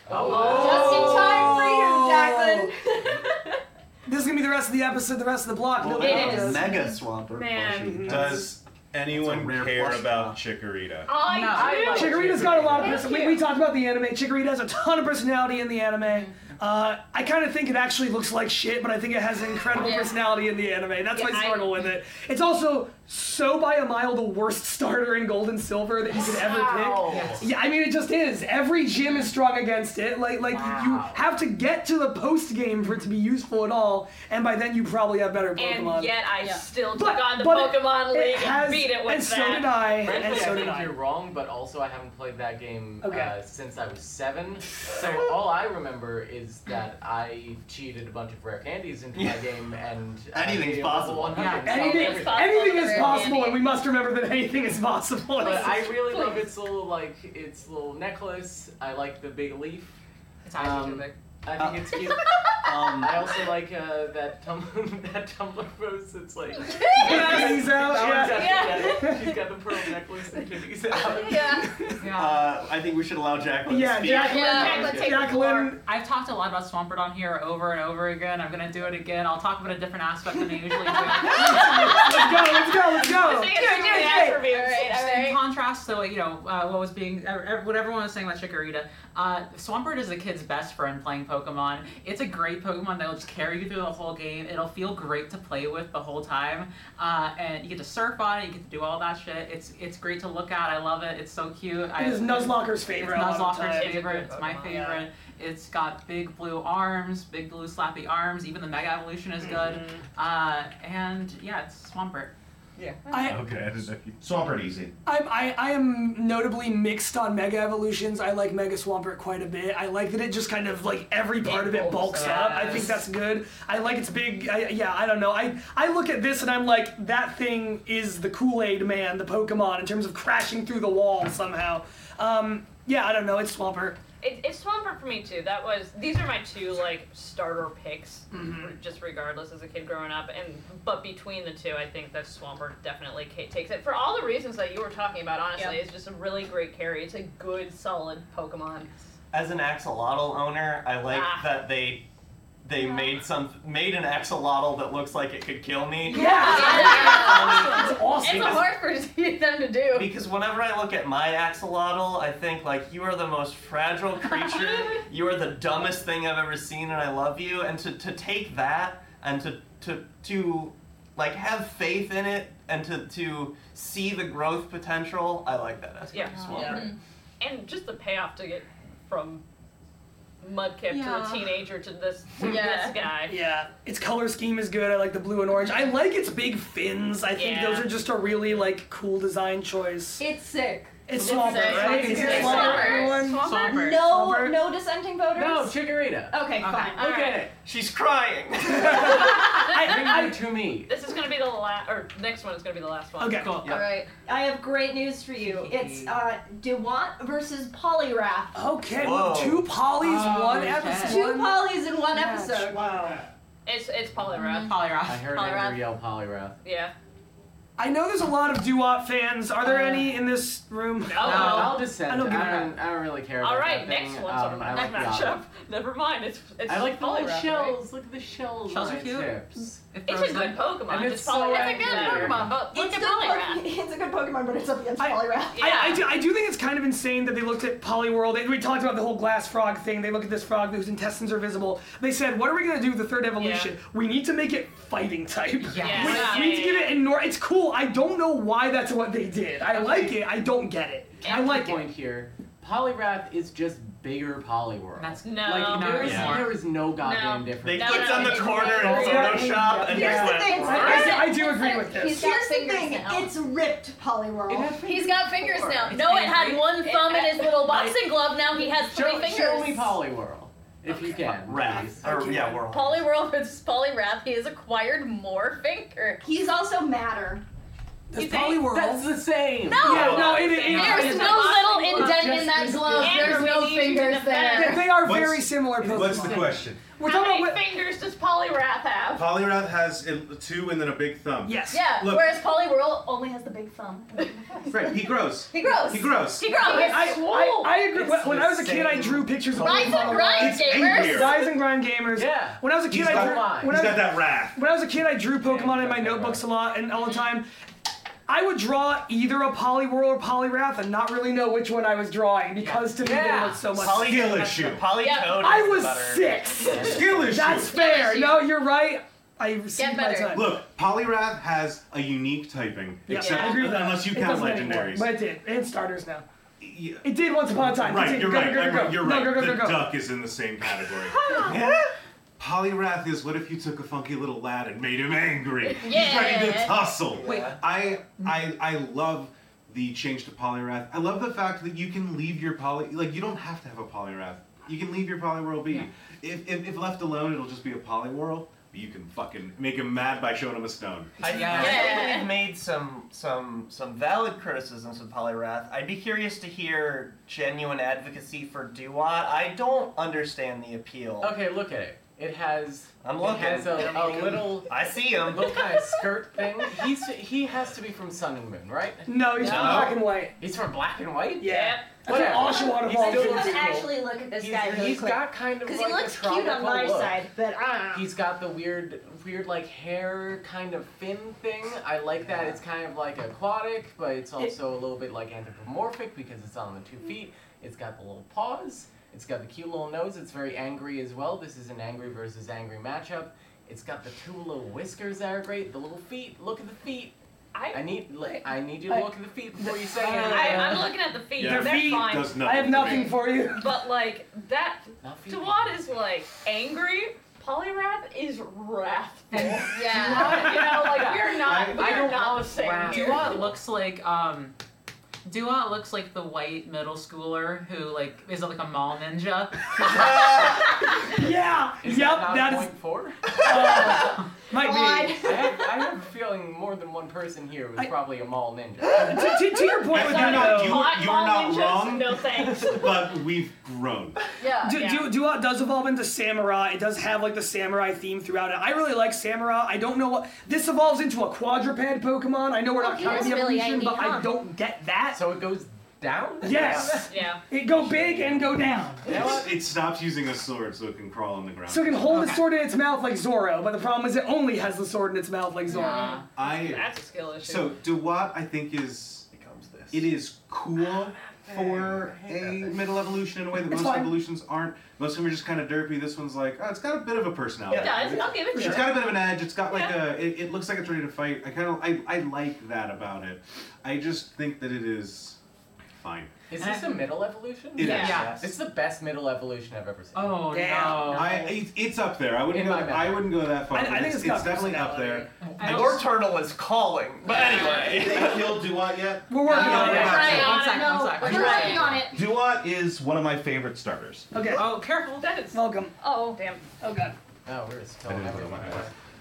Speaker 1: Oh.
Speaker 6: Just in time for you, Jacqueline.
Speaker 1: This is gonna be the rest of the episode, the rest of the block. Nobody knows.
Speaker 9: Mega Swampert.
Speaker 1: Man.
Speaker 5: Does anyone care about Chikorita?
Speaker 1: I
Speaker 8: No, do. I love
Speaker 1: Chikorita's got a lot of
Speaker 8: Chikorita.
Speaker 1: personality. We, we talked about the anime. Chikorita has a ton of personality in the anime. Uh, I kind of think it actually looks like shit, but I think it has an incredible
Speaker 2: Yeah.
Speaker 1: personality in the anime. That's
Speaker 2: Yeah,
Speaker 1: my
Speaker 2: I-
Speaker 1: struggle with it. It's also so by a mile the worst starter in Gold and Silver that you could ever
Speaker 10: Wow.
Speaker 1: pick.
Speaker 10: Yes.
Speaker 1: Yeah, I mean it just is. Every gym is strong against it. Like like you have to get to the post game for it to be useful at all, and by then you probably have better Pokemon.
Speaker 2: And yet I still took
Speaker 1: But-
Speaker 2: on the
Speaker 1: but it-
Speaker 2: Pokemon
Speaker 1: it
Speaker 2: League
Speaker 1: has-
Speaker 2: and beat it with
Speaker 1: and so
Speaker 2: that.
Speaker 1: did I,
Speaker 10: Frankly,
Speaker 1: and so
Speaker 10: I
Speaker 1: did
Speaker 10: think
Speaker 1: I.
Speaker 10: you're wrong, but also I haven't played that game
Speaker 1: Okay.
Speaker 10: uh, since I was seven. So all I remember is that I cheated a bunch of rare candies into my game, and I
Speaker 9: Anything's
Speaker 10: made it level
Speaker 9: possible.
Speaker 10: 100, so
Speaker 1: Anything,
Speaker 10: everything.
Speaker 1: anything is possible, and we must remember that anything is possible.
Speaker 10: But I really love its little like its little necklace. I like the big leaf. It's
Speaker 8: actually
Speaker 10: um,
Speaker 8: too big.
Speaker 10: I think it's cute.
Speaker 9: um,
Speaker 10: I also like uh, that tum- that tumbler pose. It's like
Speaker 1: Yeah, he's out,
Speaker 10: That one's
Speaker 1: yeah.
Speaker 10: got the- She's got the pearl necklace and titties out.
Speaker 4: Yeah.
Speaker 9: Uh, I think we should allow Jacqueline to speak.
Speaker 8: I've talked a lot about Swampert on here over and over again. I'm gonna do it again. I'll talk about a different aspect than I usually do.
Speaker 1: Let's go, let's go, let's go.
Speaker 8: Just
Speaker 1: Do it, do it, do it.
Speaker 8: In contrast last, though, you know, uh, what was being, er, er, what everyone was saying about Chikorita, uh, Swampert is a kid's best friend playing Pokemon. It's a great Pokemon that'll just carry you through the whole game. It'll feel great to play with the whole time. Uh, and you get to surf on it, you get to do all that shit. It's it's great to look at. I love it. It's so cute. I,
Speaker 1: It is Nuzlocke's favorite
Speaker 8: It's
Speaker 1: a lot of the time.
Speaker 8: Nuzlocke's
Speaker 1: It's a
Speaker 8: favorite.
Speaker 1: great
Speaker 8: It's my
Speaker 1: Pokemon,
Speaker 8: favorite.
Speaker 1: yeah.
Speaker 8: It's got big blue arms, big blue slappy arms. Even the Mega Evolution is good.
Speaker 1: Mm-hmm.
Speaker 8: Uh, and yeah, it's Swampert.
Speaker 2: Yeah.
Speaker 1: I-
Speaker 11: Okay, I didn't know. Swampert easy.
Speaker 1: I'm, I, I am notably mixed on Mega Evolutions. I like Mega Swampert quite a bit. I like that it just kind of like every part of it bulks up. I think that's good. I like its big. I, yeah, I don't know. I I look at this and I'm like, that thing is the Kool Aid Man, the Pokemon in terms of crashing through the wall somehow. Um, yeah, I don't know. It's Swampert.
Speaker 2: It, it's Swampert for me too. That was these are my two like starter picks,
Speaker 1: Mhm.
Speaker 2: r- just regardless as a kid growing up. And but between the two, I think that Swampert definitely ca- takes it for all the reasons that you were talking about. Honestly,
Speaker 9: Yep.
Speaker 2: it's just a really great carry. It's a good, solid Pokemon.
Speaker 9: As an axolotl owner, I like
Speaker 2: Ah.
Speaker 9: that they they made some made an axolotl that looks like it could kill me.
Speaker 2: It's It's a hard for them to do.
Speaker 9: Because whenever I look at my axolotl, I think like you are the most fragile creature. you are the dumbest thing I've ever seen, and I love you. And to, to take that and to to to like have faith in it and to to see the growth potential, I like that as
Speaker 2: Yeah. Mm-hmm.
Speaker 9: well.
Speaker 2: And just the payoff to get from Mudkip to
Speaker 1: Yeah.
Speaker 2: a teenager to this to
Speaker 1: Yeah.
Speaker 2: this guy.
Speaker 1: Yeah, its color scheme is good. I like the blue and orange. I like its big fins. I think
Speaker 2: Yeah.
Speaker 1: those are just a really like cool design choice.
Speaker 6: It's sick.
Speaker 1: It's Swampert, right? Is it Swampert, everyone? Swampert.
Speaker 6: No,
Speaker 1: Swampert.
Speaker 6: no dissenting voters.
Speaker 1: No,
Speaker 10: Chikorita.
Speaker 6: Okay, fine.
Speaker 2: All right.
Speaker 9: She's crying.
Speaker 10: Bring
Speaker 2: I-
Speaker 10: her to me.
Speaker 2: This is gonna be the last, or next one is gonna be the last one.
Speaker 10: Okay. Cool. Yeah.
Speaker 6: All right. I have great news for you. It's uh, Dewant versus Polyrath.
Speaker 1: Okay, well, Whoa. two polys,
Speaker 6: one
Speaker 1: Oh, one okay. episode.
Speaker 6: Two
Speaker 1: One
Speaker 6: polys in one
Speaker 1: match.
Speaker 6: episode.
Speaker 1: Wow.
Speaker 2: It's it's Polyrath.
Speaker 10: Mm-hmm.
Speaker 8: Polyrath.
Speaker 10: I heard
Speaker 2: Polyrath.
Speaker 10: Andrew yell Polyrath.
Speaker 2: Yeah.
Speaker 1: I know there's a lot of doo-wop fans. Are there any in this room?
Speaker 10: No, I'll dissent. I
Speaker 1: I
Speaker 10: don't,
Speaker 1: don't give a
Speaker 10: I
Speaker 1: crap.
Speaker 10: don't, really care about
Speaker 2: All right,
Speaker 10: that
Speaker 2: next
Speaker 10: thing.
Speaker 2: one.
Speaker 10: Um, I like the
Speaker 2: next
Speaker 10: other.
Speaker 2: matchup. Never mind. It's it's
Speaker 10: I like the little
Speaker 2: Polyrath, right?
Speaker 10: shells. Look at the shells.
Speaker 2: Shells
Speaker 10: on
Speaker 2: are
Speaker 10: its
Speaker 2: cute.
Speaker 10: hips.
Speaker 2: It's a good Pokemon.
Speaker 10: And it's
Speaker 2: just
Speaker 10: so
Speaker 2: Polyrath. It's a good
Speaker 10: accurate.
Speaker 2: Pokemon, but look
Speaker 6: It's,
Speaker 2: at
Speaker 6: good
Speaker 2: Polyrath.
Speaker 6: Pokemon- it's a good Pokemon, but it's up against Polyrath.
Speaker 1: I, I, do, I do think it's kind of insane that they looked at Polyworld. They, we talked about the whole glass frog thing. They look at this frog whose intestines are visible. They said, "What are we going to do with the third evolution? We need to make it fighting type.
Speaker 8: Yeah.
Speaker 1: We,
Speaker 8: Yeah.
Speaker 1: we need to give it ignore. It's cool. I don't know why that's what they did. I like it. I don't get it. I like it.
Speaker 10: point here. Polyrath is just bigger Polyworld. That's
Speaker 2: no,
Speaker 10: like,
Speaker 2: not
Speaker 10: there is
Speaker 2: anymore.
Speaker 10: there is no goddamn
Speaker 2: No.
Speaker 10: difference.
Speaker 2: They No, clicked no, on the it's corner
Speaker 10: in
Speaker 2: in really- Photoshop
Speaker 1: and Here's the thing, I- I do agree with this. He's
Speaker 6: Here's
Speaker 4: got
Speaker 6: the
Speaker 4: fingers
Speaker 6: thing.
Speaker 4: now.
Speaker 6: It's ripped Polyworld.
Speaker 4: He's got fingers now.
Speaker 6: It's
Speaker 4: no, it had
Speaker 6: angry.
Speaker 4: one
Speaker 6: It
Speaker 4: thumb in
Speaker 6: had-
Speaker 4: his little boxing glove. Now he has three
Speaker 10: show,
Speaker 4: fingers.
Speaker 10: Show me Polyworld if you can.
Speaker 9: Wrath. Or, yeah, world.
Speaker 4: Polyworld versus Polyrath. He has acquired more fingers.
Speaker 6: He's also madder.
Speaker 1: That's Polyworld.
Speaker 10: That's the same.
Speaker 4: No.
Speaker 1: Yeah, no, it- it-
Speaker 4: There's
Speaker 1: it-
Speaker 4: no little indent in that glove. There's no fingers
Speaker 1: They,
Speaker 4: there.
Speaker 1: they are
Speaker 11: What's-
Speaker 1: very similar Pokemon.
Speaker 11: What's the question?
Speaker 1: We're
Speaker 2: How
Speaker 1: talking
Speaker 2: many
Speaker 1: about
Speaker 2: fingers does Polyrath have?
Speaker 11: Polyrath has uh, two and then a big thumb.
Speaker 4: Yeah.
Speaker 11: Look,
Speaker 4: Whereas Polyworld only has the big thumb.
Speaker 11: right, he grows.
Speaker 4: He grows.
Speaker 11: He grows.
Speaker 4: He grows.
Speaker 1: I, I, I agree. When, when I was a kid, I drew pictures of Pokemon
Speaker 4: Rise and
Speaker 1: a lot.
Speaker 4: grind It's gamers. angrier.
Speaker 1: Rise and grind gamers.
Speaker 10: Yeah.
Speaker 1: When I was a kid,
Speaker 11: He's
Speaker 1: I
Speaker 11: got-
Speaker 1: drew. when
Speaker 11: he's
Speaker 1: I
Speaker 11: got
Speaker 1: was,
Speaker 11: that wrath.
Speaker 1: When I was a kid, I drew Pokemon in my notebooks a lot and all the time. I would draw either a Poliwhirl or Poliwrath and not really know which one I was drawing because to me
Speaker 9: Yeah.
Speaker 1: they looked so much.
Speaker 9: Poly- Skill issue. Polytoad Yeah. is
Speaker 1: I was
Speaker 9: better.
Speaker 1: six.
Speaker 11: Skill issue.
Speaker 1: That's fair. No, you're right. I received my time.
Speaker 11: Look, Polyrath has a unique typing,
Speaker 1: Yeah,
Speaker 11: except
Speaker 1: I agree with that.
Speaker 11: unless you
Speaker 1: It
Speaker 11: count
Speaker 1: doesn't anymore,
Speaker 11: legendaries.
Speaker 1: but it did. And starters now. It did once upon a time.
Speaker 11: Right,
Speaker 1: Continue.
Speaker 11: you're
Speaker 1: go,
Speaker 11: right.
Speaker 1: Go,
Speaker 11: I'm
Speaker 1: go, go,
Speaker 11: right, You're
Speaker 1: No,
Speaker 11: right.
Speaker 1: Go, go,
Speaker 11: the
Speaker 1: go, go.
Speaker 11: duck is in the same category. Polyrath is what if you took a funky little lad and made him angry? He's ready to
Speaker 5: Yeah.
Speaker 11: tussle.
Speaker 5: Wait.
Speaker 11: I I I love the change to Polyrath. I love the fact that you can leave your poly like you don't have to have a Polyrath. You can leave your Polyworld be. If, if if left alone, it'll just be a Polyworld. But you can fucking make him mad by showing him a stone.
Speaker 9: I,
Speaker 11: Yeah.
Speaker 9: I think
Speaker 11: Yeah.
Speaker 9: they've made some some some valid criticisms of Polyrath. I'd be curious to hear genuine advocacy for Duat. I don't understand the appeal.
Speaker 10: Okay, look at it. It has.
Speaker 9: I'm
Speaker 10: it
Speaker 9: looking.
Speaker 10: has a, a little.
Speaker 9: I see him.
Speaker 10: Little kind of skirt thing. He's he has to be from Sun and Moon, right?
Speaker 1: No, he's from black and white.
Speaker 10: He's from black and white.
Speaker 1: Yeah. That's
Speaker 10: Whatever.
Speaker 1: what Oshawa
Speaker 10: He's
Speaker 1: Falls
Speaker 10: still
Speaker 1: is.
Speaker 10: cool.
Speaker 6: Let's actually look at this
Speaker 10: He's-
Speaker 6: guy really
Speaker 10: he's
Speaker 6: quick.
Speaker 10: got kind of
Speaker 6: because
Speaker 10: like
Speaker 6: he
Speaker 10: a
Speaker 6: looks cute on
Speaker 10: tropical
Speaker 6: my
Speaker 10: look.
Speaker 6: side, but uh,
Speaker 10: He's got the weird, weird like hair kind of fin thing. I like that. It's kind of like aquatic, but it's also a little bit like anthropomorphic because it's on the two feet. It's got the little paws. It's got the cute little nose. It's very angry as well. This is an angry versus angry matchup. It's got the two little whiskers that are great. The little feet. Look at the feet. I, need, like, I need you to
Speaker 1: I-
Speaker 10: look at the feet before you say anything.
Speaker 2: I, I'm looking at the feet.
Speaker 10: Yeah.
Speaker 2: They're
Speaker 10: Their feet
Speaker 2: fine.
Speaker 10: does nothing I have for nothing me.
Speaker 1: for you.
Speaker 2: But like that,
Speaker 10: Nothing.
Speaker 2: Tawad is like angry. Polyrath is wrathful.
Speaker 8: Yeah.
Speaker 2: you know, like we're not,
Speaker 8: I- I
Speaker 2: we're
Speaker 8: don't-
Speaker 2: not the same. here.
Speaker 8: Dua looks like um Dua looks like the white middle schooler who like is like a mall ninja.
Speaker 1: yeah.
Speaker 10: Is
Speaker 8: yep,
Speaker 10: that
Speaker 8: that
Speaker 10: not
Speaker 8: is-
Speaker 10: point four?
Speaker 1: might be.
Speaker 10: I have, I have a feeling more than one person here was probably a mall ninja.
Speaker 1: to, to- to your point with that, though,
Speaker 2: thanks.
Speaker 5: but we've grown.
Speaker 4: Yeah.
Speaker 1: Do,
Speaker 4: yeah.
Speaker 1: Do, Duat does evolve into samurai. It does have like the samurai theme throughout it. I really like samurai. I don't know what this evolves into a quadruped Pokemon. I know we're
Speaker 4: Oh,
Speaker 1: not
Speaker 4: he
Speaker 1: counting
Speaker 4: is
Speaker 1: the
Speaker 4: really
Speaker 1: evolution,
Speaker 4: angry,
Speaker 1: but
Speaker 4: huh?
Speaker 1: I don't get that.
Speaker 10: So it goes down.
Speaker 1: Yes.
Speaker 2: Yeah.
Speaker 1: It go big and go down.
Speaker 5: It's- It stops using a sword so it can crawl on the ground.
Speaker 1: So it can hold the sword in its mouth like Zoro, but the problem is it only has the sword in its mouth like Zoro.
Speaker 5: Nah. I-
Speaker 2: That's a skill issue.
Speaker 5: So Duat, I think is becomes this. Ah, It is cool for a middle evolution in a way that
Speaker 2: It's
Speaker 5: most
Speaker 2: fine.
Speaker 5: evolutions aren't. Most of them are just kind of derpy. This one's like, oh, it's got a bit of a personality.
Speaker 2: It does, I'll give it to
Speaker 5: It's
Speaker 2: it.
Speaker 5: got a bit of an edge. It's got like
Speaker 2: Yeah.
Speaker 5: a. It, it looks like it's ready to fight. I kind of I, I like that about it. I just think that it is fine.
Speaker 10: Is this a middle evolution?
Speaker 5: It is. Yeah. Yeah.
Speaker 10: This is the best middle evolution I've ever seen.
Speaker 8: Oh no.
Speaker 5: I it, it's up there. I wouldn't
Speaker 10: In
Speaker 5: go.
Speaker 10: my
Speaker 5: I wouldn't go that far.
Speaker 10: I- I
Speaker 5: but
Speaker 10: think
Speaker 5: it's,
Speaker 10: it's got
Speaker 5: definitely up there.
Speaker 8: I
Speaker 9: Lord Turtle is calling. But anyway.
Speaker 12: Did they kill Duat yet?
Speaker 1: We're
Speaker 9: working on it.
Speaker 8: One second, one second.
Speaker 4: We're working on it.
Speaker 12: Duat is one of my favorite starters.
Speaker 1: Okay.
Speaker 8: Oh, careful.
Speaker 2: That is.
Speaker 1: Welcome.
Speaker 2: Oh, damn.
Speaker 1: Oh, God.
Speaker 10: Oh, we're just telling everyone.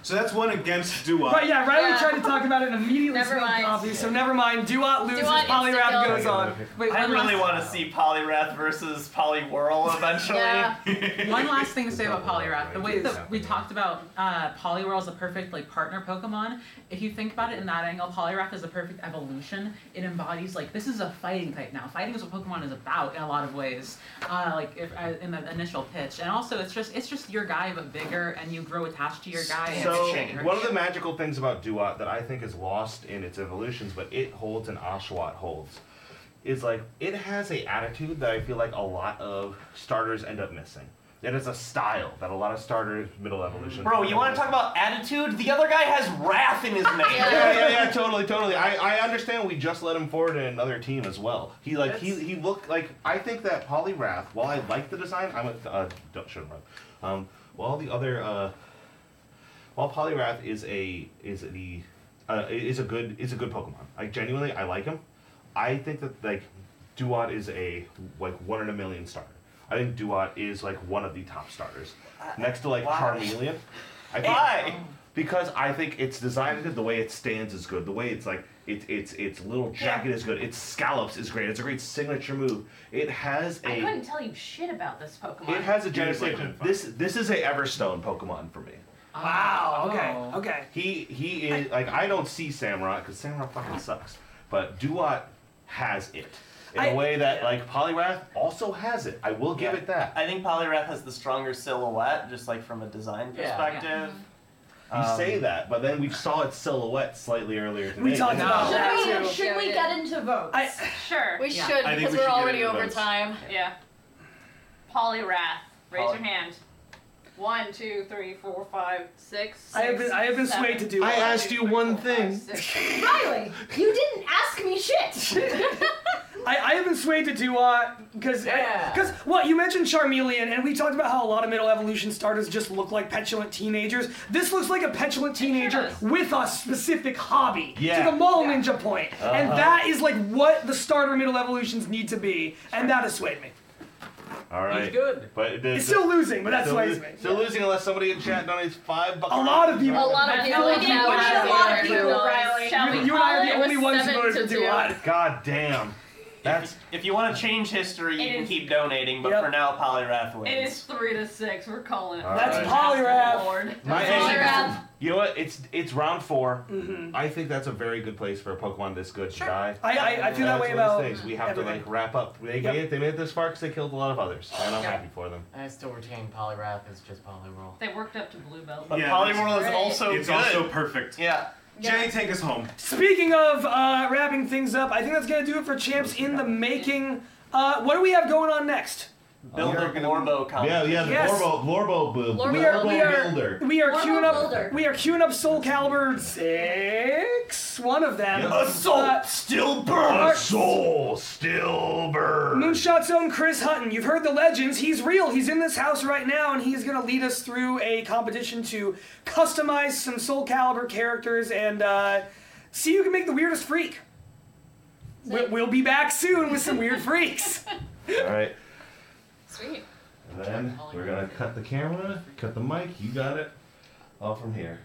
Speaker 5: So that's one against Duat.
Speaker 1: Right, yeah, Riley tried to talk about it and immediately
Speaker 4: Never
Speaker 1: spilled
Speaker 4: mind.
Speaker 1: coffee, so never mind. Duat loses,
Speaker 4: Duat
Speaker 1: Poliwrath
Speaker 4: insta-kill.
Speaker 1: goes on.
Speaker 8: Wait,
Speaker 9: I
Speaker 8: one
Speaker 9: really
Speaker 8: last-
Speaker 9: want to see Polyrath versus Poliwhirl eventually.
Speaker 8: Yeah. One last thing to say about Poliwrath. The way that we talked about uh, Poliwhirl is a perfect like partner Pokemon. If you think about it in that angle, Poliwrath is a perfect evolution. It embodies like this is a fighting type now. Fighting is what Pokemon is about in a lot of ways. Uh, like if, uh, in the initial pitch, and also it's just it's just your guy but bigger, and you grow attached to your guy. and
Speaker 3: So
Speaker 8: it's bigger.
Speaker 3: one of the magical things about Duat that I think is lost in its evolutions, but it holds and Oshawott holds, is like it has a attitude that I feel like a lot of starters end up missing. It is a style that a lot of starters middle evolution.
Speaker 9: Bro, you want to talk about attitude? The other guy has wrath in his name.
Speaker 3: yeah, yeah, yeah, totally, totally. I, I understand we just let him forward in another team as well. He like he he looked like I think that Polyrath. While I like the design, I'm a uh, don't shouldn't run. Um, while the other uh, while Polyrath is a is the uh, is a good is a good Pokemon. Like genuinely, I like him. I think that like Duat is a like one in a million starter. I think Duat is like one of the top starters, next to like
Speaker 9: Uh, Why?
Speaker 3: Charmeleon. I think,
Speaker 9: Why?
Speaker 3: Because I think it's designed good. The way it stands is good. The way it's like it, it's its little jacket is good. Its scallops is great. It's a great signature move. It has
Speaker 2: I
Speaker 3: a
Speaker 2: couldn't tell you shit about this Pokemon.
Speaker 3: it has a genetic. This this is a Everstone Pokemon for me.
Speaker 2: Oh.
Speaker 1: Wow. Okay. Okay.
Speaker 3: He he is like I don't see Samurott because Samurott fucking sucks. But Duat has it in a
Speaker 9: I-
Speaker 3: way that like Polyrath also has it. I will give it that.
Speaker 9: I think Polyrath has the stronger silhouette, just like from a design
Speaker 3: Yeah.
Speaker 9: perspective.
Speaker 3: You
Speaker 9: Um,
Speaker 3: say that, but then we saw its silhouette slightly earlier today.
Speaker 1: We talked about that.
Speaker 4: Should we,
Speaker 1: too.
Speaker 4: should we get into votes?
Speaker 2: sure.
Speaker 4: We
Speaker 3: Yeah.
Speaker 4: should
Speaker 3: I think
Speaker 4: because
Speaker 3: we
Speaker 4: we are
Speaker 3: should get
Speaker 4: already
Speaker 3: into
Speaker 4: over
Speaker 3: votes.
Speaker 4: time.
Speaker 2: Yeah. Polyrath. Raise
Speaker 3: Poly-
Speaker 2: your hand. One, two, three, four, five, six.
Speaker 1: I have been I have been
Speaker 2: seven.
Speaker 1: swayed to do.
Speaker 2: I asked
Speaker 1: you one thing.
Speaker 4: Riley, you didn't ask me shit.
Speaker 1: I, I have been swayed to Duat because because what you mentioned Charmeleon and we talked about how a lot of middle evolution starters just look like petulant teenagers. This looks like a petulant teenager with a specific hobby.
Speaker 3: Yeah.
Speaker 1: To the mall ninja point. and
Speaker 3: Uh-huh.
Speaker 1: that is like what the starter middle evolutions need to be, and that has swayed me.
Speaker 3: All right.
Speaker 1: He's good.
Speaker 3: But it-
Speaker 1: It's still losing, but that
Speaker 3: still
Speaker 1: sways
Speaker 3: lo-
Speaker 1: me.
Speaker 3: Still losing unless somebody in chat donates five bucks.
Speaker 1: A lot of people. A lot
Speaker 4: of people.
Speaker 1: Like,
Speaker 4: Yeah,
Speaker 1: what do you
Speaker 4: we had a
Speaker 1: think?
Speaker 4: lot of people,
Speaker 1: You-
Speaker 4: Riley. Shall we
Speaker 1: You and I
Speaker 4: call
Speaker 1: are
Speaker 4: it?
Speaker 1: the
Speaker 4: It
Speaker 1: only
Speaker 4: was
Speaker 1: ones who
Speaker 4: seven
Speaker 1: voted
Speaker 4: to
Speaker 1: for
Speaker 4: two.
Speaker 1: Duat.
Speaker 3: God damn.
Speaker 9: That's if you want to change history, you
Speaker 2: It
Speaker 9: can
Speaker 2: is-
Speaker 9: keep donating, but for now, Polyrath wins.
Speaker 2: It is three to six. We're calling it.
Speaker 9: All That's right.
Speaker 2: Polyrath. Lord.
Speaker 3: My
Speaker 2: Polyrath.
Speaker 3: You know what? It's it's round 4
Speaker 1: Mhm.
Speaker 3: I think that's a very good place for a Pokemon this good to die.
Speaker 1: I- I- I feel that
Speaker 3: That's
Speaker 1: way
Speaker 3: one of
Speaker 1: about
Speaker 3: these things. We have
Speaker 1: everything.
Speaker 3: to like wrap up. They
Speaker 1: Yep.
Speaker 3: made it. They made it this far because they killed a lot of others, and I'm
Speaker 10: Yeah.
Speaker 3: happy for them.
Speaker 10: I still retain Polyrath as just Polyroll.
Speaker 2: They worked up to blue belt.
Speaker 10: But Yeah,
Speaker 9: Polyroll is
Speaker 2: Right.
Speaker 9: also
Speaker 5: It's
Speaker 9: good.
Speaker 5: also perfect.
Speaker 9: Yeah.
Speaker 5: Jay, take us home.
Speaker 1: Speaking of uh, wrapping things up, I think that's gonna do it for champs in the making. Uh, what do we have going on next?
Speaker 9: Build a Glorbo
Speaker 3: Yeah, yeah. The
Speaker 1: Yes.
Speaker 3: Lorbo, Lorbo, Lorbo,
Speaker 1: we are we
Speaker 3: Builder.
Speaker 1: are, we are
Speaker 3: Lorbo
Speaker 1: queuing up
Speaker 3: Builder.
Speaker 1: we are queuing up Soul Calibur six, one of them. Uh,
Speaker 3: Yeah. Assault
Speaker 1: still
Speaker 3: Burn Uh, soul still burn.
Speaker 1: Moonshot's own Chris Hutton. You've heard the legends. He's real. He's in this house right now, and he's going to lead us through a competition to customize some Soul Calibur characters and uh, see who can make the weirdest freak. We- We'll be back soon with some weird freaks.
Speaker 3: All right.
Speaker 2: Sweet.
Speaker 3: And then we're gonna cut the camera, cut the mic. You got it. All from here.